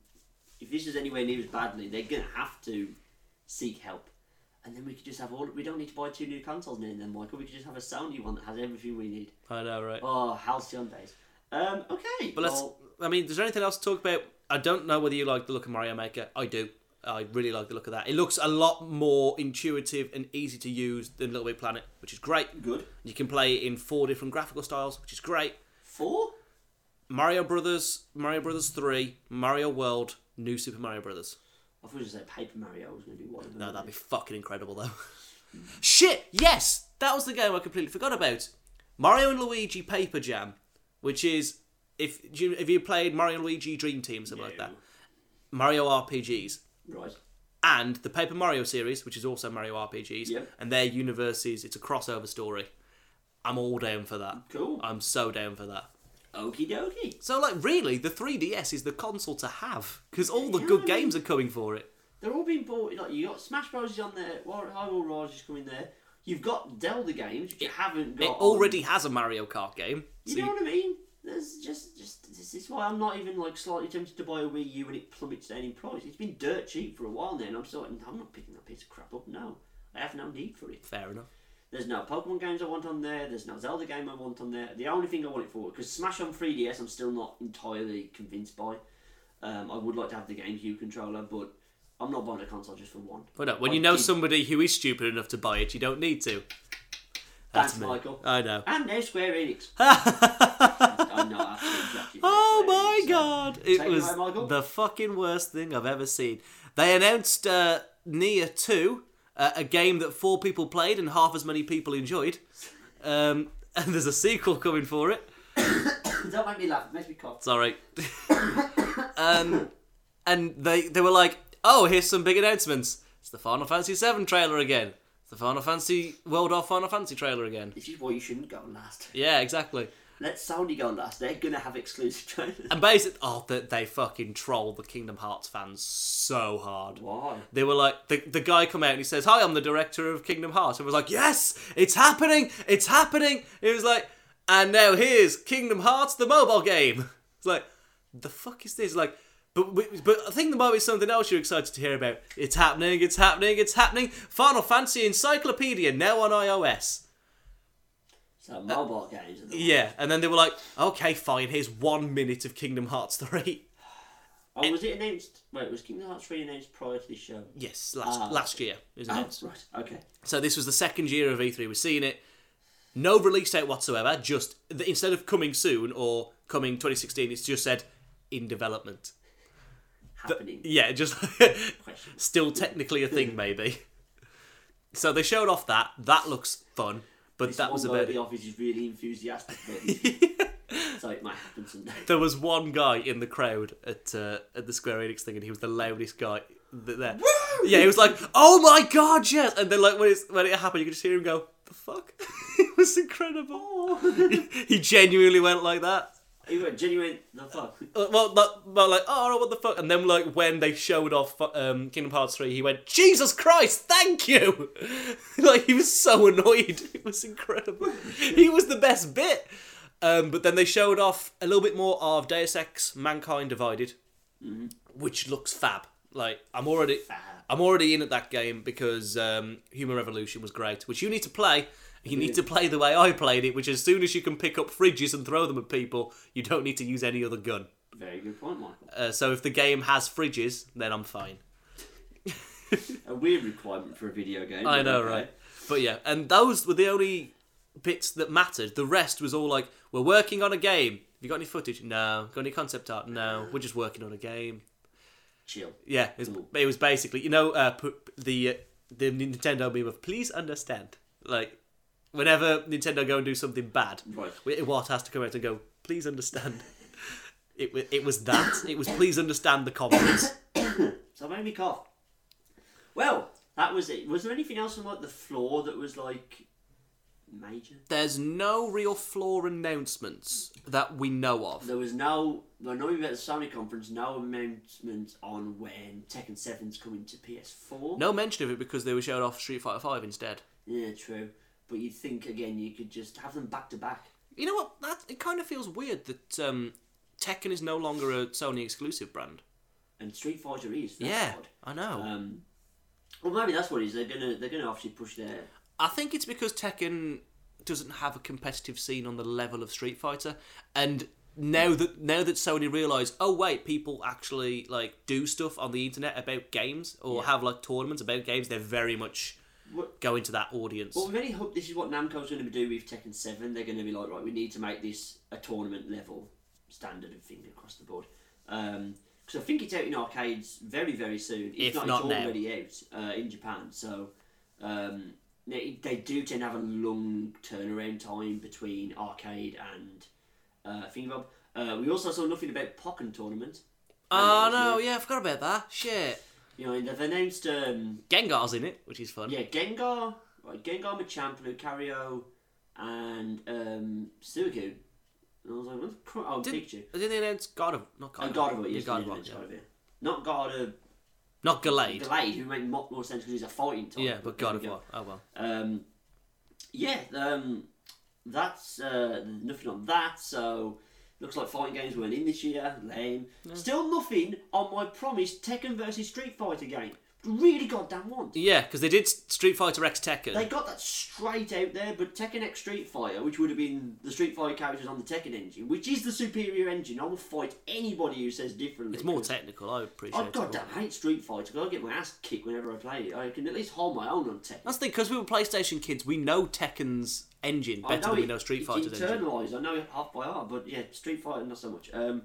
B: if this is anywhere near as badly, they're gonna have to seek help. And then we could just have all. We don't need to buy two new consoles now and then, Michael. We could just have a Sony one that has everything we need.
A: I know, right?
B: Oh, halcyon days. Um, okay.
A: But let's.
B: well,
A: I mean, is there anything else to talk about? I don't know whether you like the look of Mario Maker. I do. I really like the look of that. It looks a lot more intuitive and easy to use than Little Big Planet, which is great.
B: good.
A: You can play it in four different graphical styles, which is great.
B: Four.
A: Mario Brothers, Mario Brothers Three, Mario World, New Super Mario Brothers.
B: I thought you were gonna say Paper Mario was going to be one of them.
A: No, that'd be fucking incredible though. [laughs] Shit! Yes, that was the game I completely forgot about. Mario and Luigi Paper Jam, which is if do you, have you played Mario and Luigi Dream Team something like that. Mario RPGs
B: Right.
A: and the Paper Mario series, which is also Mario RPGs,
B: Yep.
A: and their universes. It's a crossover story. I'm all down for that.
B: Cool.
A: I'm so down for that.
B: Okie dokie.
A: So, like, really, the 3DS is the console to have because all the
B: Yeah,
A: good
B: I mean-
A: games are coming for it.
B: They're all being bought. Like you got Smash Bros is on there. War- Hyrule Rise is coming there. You've got Zelda games. which You haven't got.
A: It
B: on-
A: already has a Mario Kart game.
B: Oh. You
A: so you-
B: know what I mean? There's just, just this is why I'm not even like slightly tempted to buy a Wii U when it plummets down in price. It's been dirt cheap for a while now, and I'm still like, I'm not picking that piece of crap up. No, I have no need for it.
A: Fair enough.
B: There's no Pokemon games I want on there. There's no Zelda game I want on there. The only thing I want it for, because Smash on 3DS, I'm still not entirely convinced by. Um, I would like to have the GameCube controller, but I'm not buying a console just for one.
A: But no, when
B: I
A: you know
B: did-
A: somebody who is stupid enough to buy it, you don't need to.
B: That's
A: me.
B: Michael.
A: I know. [laughs]
B: And now Square Enix. I'm not absolutely
A: Oh my god! It
B: Take it
A: was
B: away, Michael.
A: the fucking worst thing I've ever seen. They announced uh, Nia 2, uh, a game that four people played and half as many people enjoyed. Um, [laughs] and there's a sequel coming for it.
B: Don't make me laugh. It makes me cough.
A: Sorry. [coughs] um, and they they were like, "Oh, here's some big announcements. It's the Final Fantasy VII trailer again. It's the Final Fantasy World of Final Fantasy trailer again."
B: This is why you shouldn't go last.
A: Yeah, exactly.
B: Let Sony go last. They're gonna have
A: [laughs]
B: exclusive trailers.
A: And basically, oh, they, they fucking trolled the Kingdom Hearts fans so hard.
B: Why?
A: They were like, the, the guy come out and he says, Hi, I'm the director of Kingdom Hearts. And was like, Yes, it's happening, it's happening. It was like, And now here's Kingdom Hearts, the mobile game. [laughs] It's like, The fuck is this? Like, but, we- but I think there might be something else you're excited to hear about. It's happening, it's happening, it's happening. Final Fantasy Encyclopedia now on iOS.
B: So mobile games. Are the
A: Yeah, and then they were like, Okay, fine, here's one minute of Kingdom Hearts 3.
B: Oh, was it announced? Wait, was Kingdom Hearts three announced prior to this show?
A: [laughs] Yes, last,
B: Ah.
A: last year, isn't it?
B: right. Okay.
A: So this was the second year of E E3. We're seeing it. No release date whatsoever. Just the, instead of coming soon or coming 2016, it's just said in development.
B: Happening.
A: Yeah, just [laughs]
B: Question.
A: still technically a thing maybe. So they showed off that. That looks fun, but
B: This
A: that
B: one
A: was
B: guy
A: about
B: at the
A: it.
B: office is really enthusiastic about
A: [laughs]
B: this, so it might happen someday.
A: There was one guy in the crowd at uh, at the Square Enix thing, and he was the loudest guy th- there. Yeah, he was like, "Oh my god, yes!" And then like when it's when it happened, you could just hear him go, "The fuck." [laughs] it was incredible. [laughs] he genuinely went like that.
B: He went genuine. The fuck.
A: Uh, well, but, but like, oh, what the fuck? And then, like, when they showed off um, Kingdom Hearts 3, he went, Jesus Christ, thank you! [laughs] like, he was so annoyed. [laughs] It was incredible. he was the best bit. Um, but then they showed off a little bit more of Deus Ex Mankind Divided, which looks fab. Like, I'm already. I'm already in at that game because um, Human Revolution was great, which you need to play. You need to play the way I played it, which as soon as you can pick up fridges and throw them at people, you don't need to use any other gun.
B: Very good point, Michael.
A: Uh, so if the game has fridges, then I'm fine.
B: A weird requirement for a video game.
A: I
B: but
A: know,
B: okay.
A: right? But yeah, and those were the only bits that mattered. The rest was all like, we're working on a game. Have you got any footage? No. Got any concept art? No. We're just working on a game.
B: Chill.
A: Yeah, it was, it was basically you know uh, pu- the uh, the Nintendo meme of please understand. Like whenever Nintendo go and do something bad,
B: Right.
A: what has to come out and go please understand. [laughs] it wa- it was that. It was please understand the comments.
B: So that made me cough. Well, that was it. Was there anything else on like the floor that was like major?
A: There's no real flaw announcements that we know of.
B: There was no. I know we met at the Sony conference. No announcement on when Tekken 7's coming to PS4.
A: No mention of it because they were showed off Street Fighter Five instead.
B: Yeah, true. But you'd think again you could just have them back to back.
A: You know what? That it kind of feels weird that um, Tekken is no longer a Sony exclusive brand.
B: And Street Fighter is. That's
A: yeah,
B: odd.
A: I know.
B: Um, well, maybe that's what it is. They're gonna they're gonna obviously push their.
A: I think it's because Tekken doesn't have a competitive scene on the level of Street Fighter, and now that now that Sony realise, oh wait, people actually like do stuff on the internet about games or have like tournaments about games. They're very much
B: What-
A: going to that audience.
B: Well, we really hope this is what Namco's going to be doing with Tekken 7. They're going to be like, right, we need to make this a tournament level standard and thing across the board. Because I think it's out in arcades very, very soon.
A: If not
B: it's
A: now.
B: already out uh, in Japan. So um, they, they do tend to have a long turnaround time between arcade and uh, Fingerbob. Uh, we also saw nothing about Pokken tournament.
A: oh no, yeah, I forgot about that. Shit,
B: You know, they've announced um,
A: Gengar's in it, which is fun.
B: Yeah, Gengar, right, Gengar, Machamp, Lucario, and um, Suicune And I was like, what's Cry- oh,
A: Didn't-
B: Pikachu.
A: Didn't they announce God of not God,
B: Oh, God of War,
A: yeah,
B: yes,
A: God
B: God
A: of War,
B: God
A: yeah.
B: of War. Not God of
A: not Gallade.
B: Glade, who make more, more sense because he's a fighting type.
A: Yeah, but
B: there
A: God
B: we
A: of
B: go.
A: War. Oh well.
B: Um, yeah, um, that's uh, nothing on that. So looks like fighting games weren't in this year. Lame. Still nothing on my promised Tekken versus Street Fighter game. Really goddamn want.
A: Yeah, because they did Street Fighter X Tekken.
B: They got that straight out there, but Tekken X Street Fighter, which would have been the Street Fighter characters on the Tekken engine, which is the superior engine, I will fight anybody who says differently.
A: it's more technical. I appreciate.
B: I
A: it more.
B: goddamn hate Street Fighter because I get my ass kicked whenever I play it. I can at least hold my own on Tekken.
A: That's the thing, because we were PlayStation kids, we know Tekken's engine
B: I
A: Oh, better than we
B: it-
A: know Street
B: it's
A: Fighter's engine.
B: internalised. I know it half by half, but yeah, Street Fighter not so much. Um,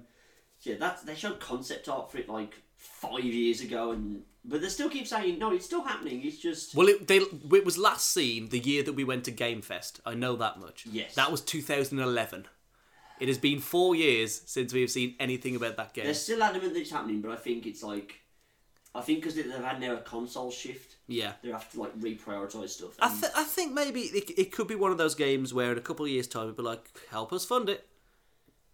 B: so yeah, that's they showed concept art for it like five years ago, and but they still keep saying no, it's still happening. It's just
A: Well, it, they, it was last seen the year that we went to Game Fest. I know that much.
B: Yes.
A: That was 2011. It has been four years since we have seen anything about that game.
B: they're still adamant that it's happening, but I think it's like I think because they've had now a console shift,
A: Yeah.
B: they have to like reprioritize stuff.
A: I,
B: and-
A: th- I think maybe it, it could be one of those games where in a couple of years' time it'd be like, help us fund it.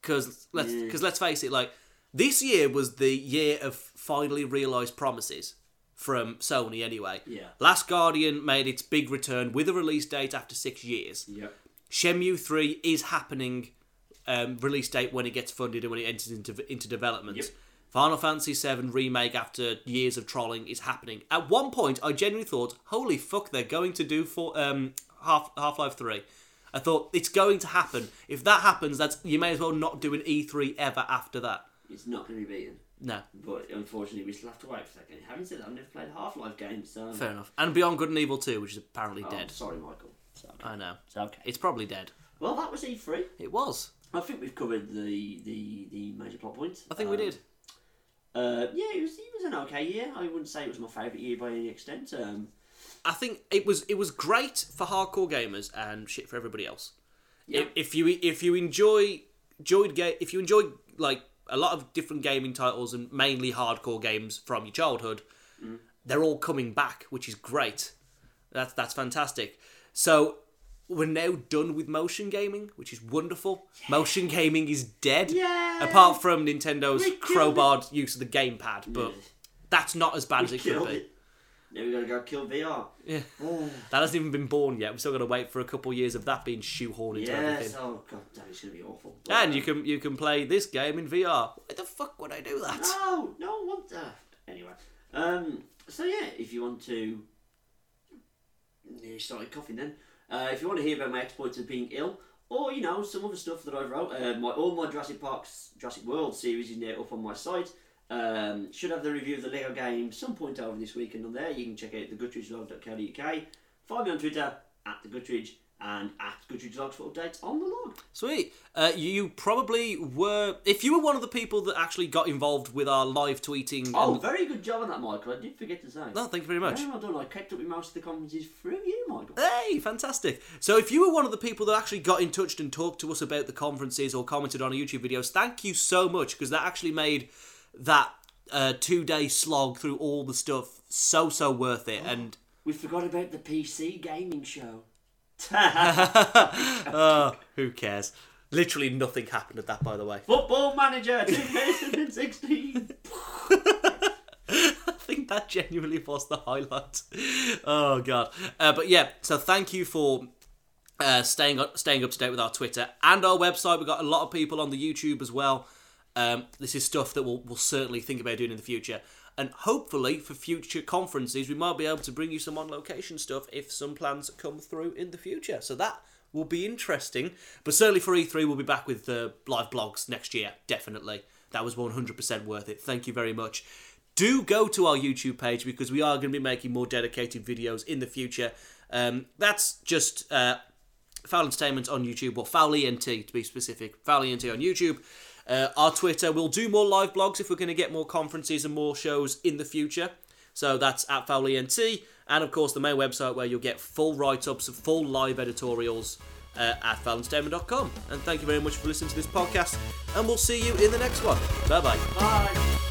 A: Because let's,
B: Yeah.
A: 'cause let's face it, like, this year was the year of finally realised promises from Sony, anyway.
B: Yeah.
A: Last Guardian made its big return with a release date after six years.
B: Yep.
A: Shenmue 3 is happening, um, release date when it gets funded and when it enters into, into development.
B: Yep.
A: Final Fantasy VII Remake, after years of trolling, is happening. At one point, I genuinely thought, holy fuck, they're going to do for, um, Half Half-Life 3. I thought, it's going to happen. If that happens, that's you may as well not do an E3 ever after that.
B: It's not going to be beaten,
A: No,
B: but unfortunately, we still have to wait for that game. Having said that, I've never played Half Life games, so
A: fair enough. And Beyond Good and Evil 2, which is apparently
B: Oh,
A: dead.
B: Sorry, Michael. So,
A: I know.
B: so, okay.
A: It's probably dead.
B: Well, that was E3.
A: It was.
B: I think we've covered the the, the major plot points.
A: I think we
B: Um,
A: did.
B: Uh, yeah, it was it was an okay year. I wouldn't say it was my favourite year by any extent. Um,
A: I think it was it was great for hardcore gamers and shit for everybody else.
B: Yeah.
A: If, if you if you enjoy enjoyed ga- if you enjoy like a lot of different gaming titles and mainly hardcore games from your childhood,
B: Mm.
A: they're all coming back, which is great. That's that's fantastic. So we're now done with motion gaming, which is wonderful. Motion gaming is dead.
B: Yay!
A: Apart from Nintendo's
B: We killed it.
A: crowbarred use of the gamepad, but that's not as bad as it could
B: [laughs] killed
A: be.
B: it. Now we gotta go kill Oh. VR.
A: Yeah. that hasn't even been born yet. We've still got to wait for a couple years of that being shoehorned into
B: Yes.
A: everything.
B: Oh god, damn, it's gonna be awful. But,
A: And
B: uh,
A: you can you can play this game in VR. Why the fuck would I do that?
B: [laughs] No, no one wants that. Anyway, um, so yeah, if you want to, you started coughing then. Uh, if you want to hear about my exploits of being ill, or you know some other stuff that I wrote, uh, my all my Jurassic Parks, Jurassic World series is now up on my site. Um, should have the review of the Lego game some point over this weekend on there. You can check out thegoodridgelog.co.uk. Follow me on Twitter at thegoodridge and at goodridgelogs for updates on the log.
A: Sweet. Uh, you probably were if you were one of the people that actually got involved with our live tweeting.
B: Oh,
A: and,
B: very good job on that, Michael. I did forget to say.
A: no, thank you very much.
B: Very well done. I kept up with most of the conferences through you, Michael.
A: Hey, fantastic. So if you were one of the people that actually got in touch and talked to us about the conferences or commented on our YouTube videos, thank you so much because that actually made that uh, two day slog through all the stuff so so worth it
B: Oh.
A: and.
B: We forgot about the PC gaming show. [laughs]
A: oh, who cares? Literally nothing happened at that, by the way. [laughs]
B: Football Manager 2016.
A: I think that genuinely was the highlight. Oh god. Uh, but yeah, so thank you for uh, staying up, staying up to date with our Twitter and our website. We've got a lot of people on the YouTube as well. Um, this is stuff that we'll, we'll certainly think about doing in the future. And hopefully for future conferences, we might be able to bring you some on location stuff if some plans come through in the future. So that will be interesting. But certainly for E3, we'll be back with the live blogs next year, definitely. That was 100% worth it. Thank you very much. Do go to our YouTube page because we are going to be making more dedicated videos in the future. Um, that's just uh, Foul Entertainment on YouTube, or Foul ENT to be specific, Foul ENT on YouTube. Uh, our Twitter, we'll do more live blogs if we're going to get more conferences and more shows in the future. So that's at Foul ENT, and of course the main website where you'll get full write-ups, full live editorials uh, at foulentertainment.com. And thank you very much for listening to this podcast, and we'll see you in the next one. Bye bye.
B: Bye.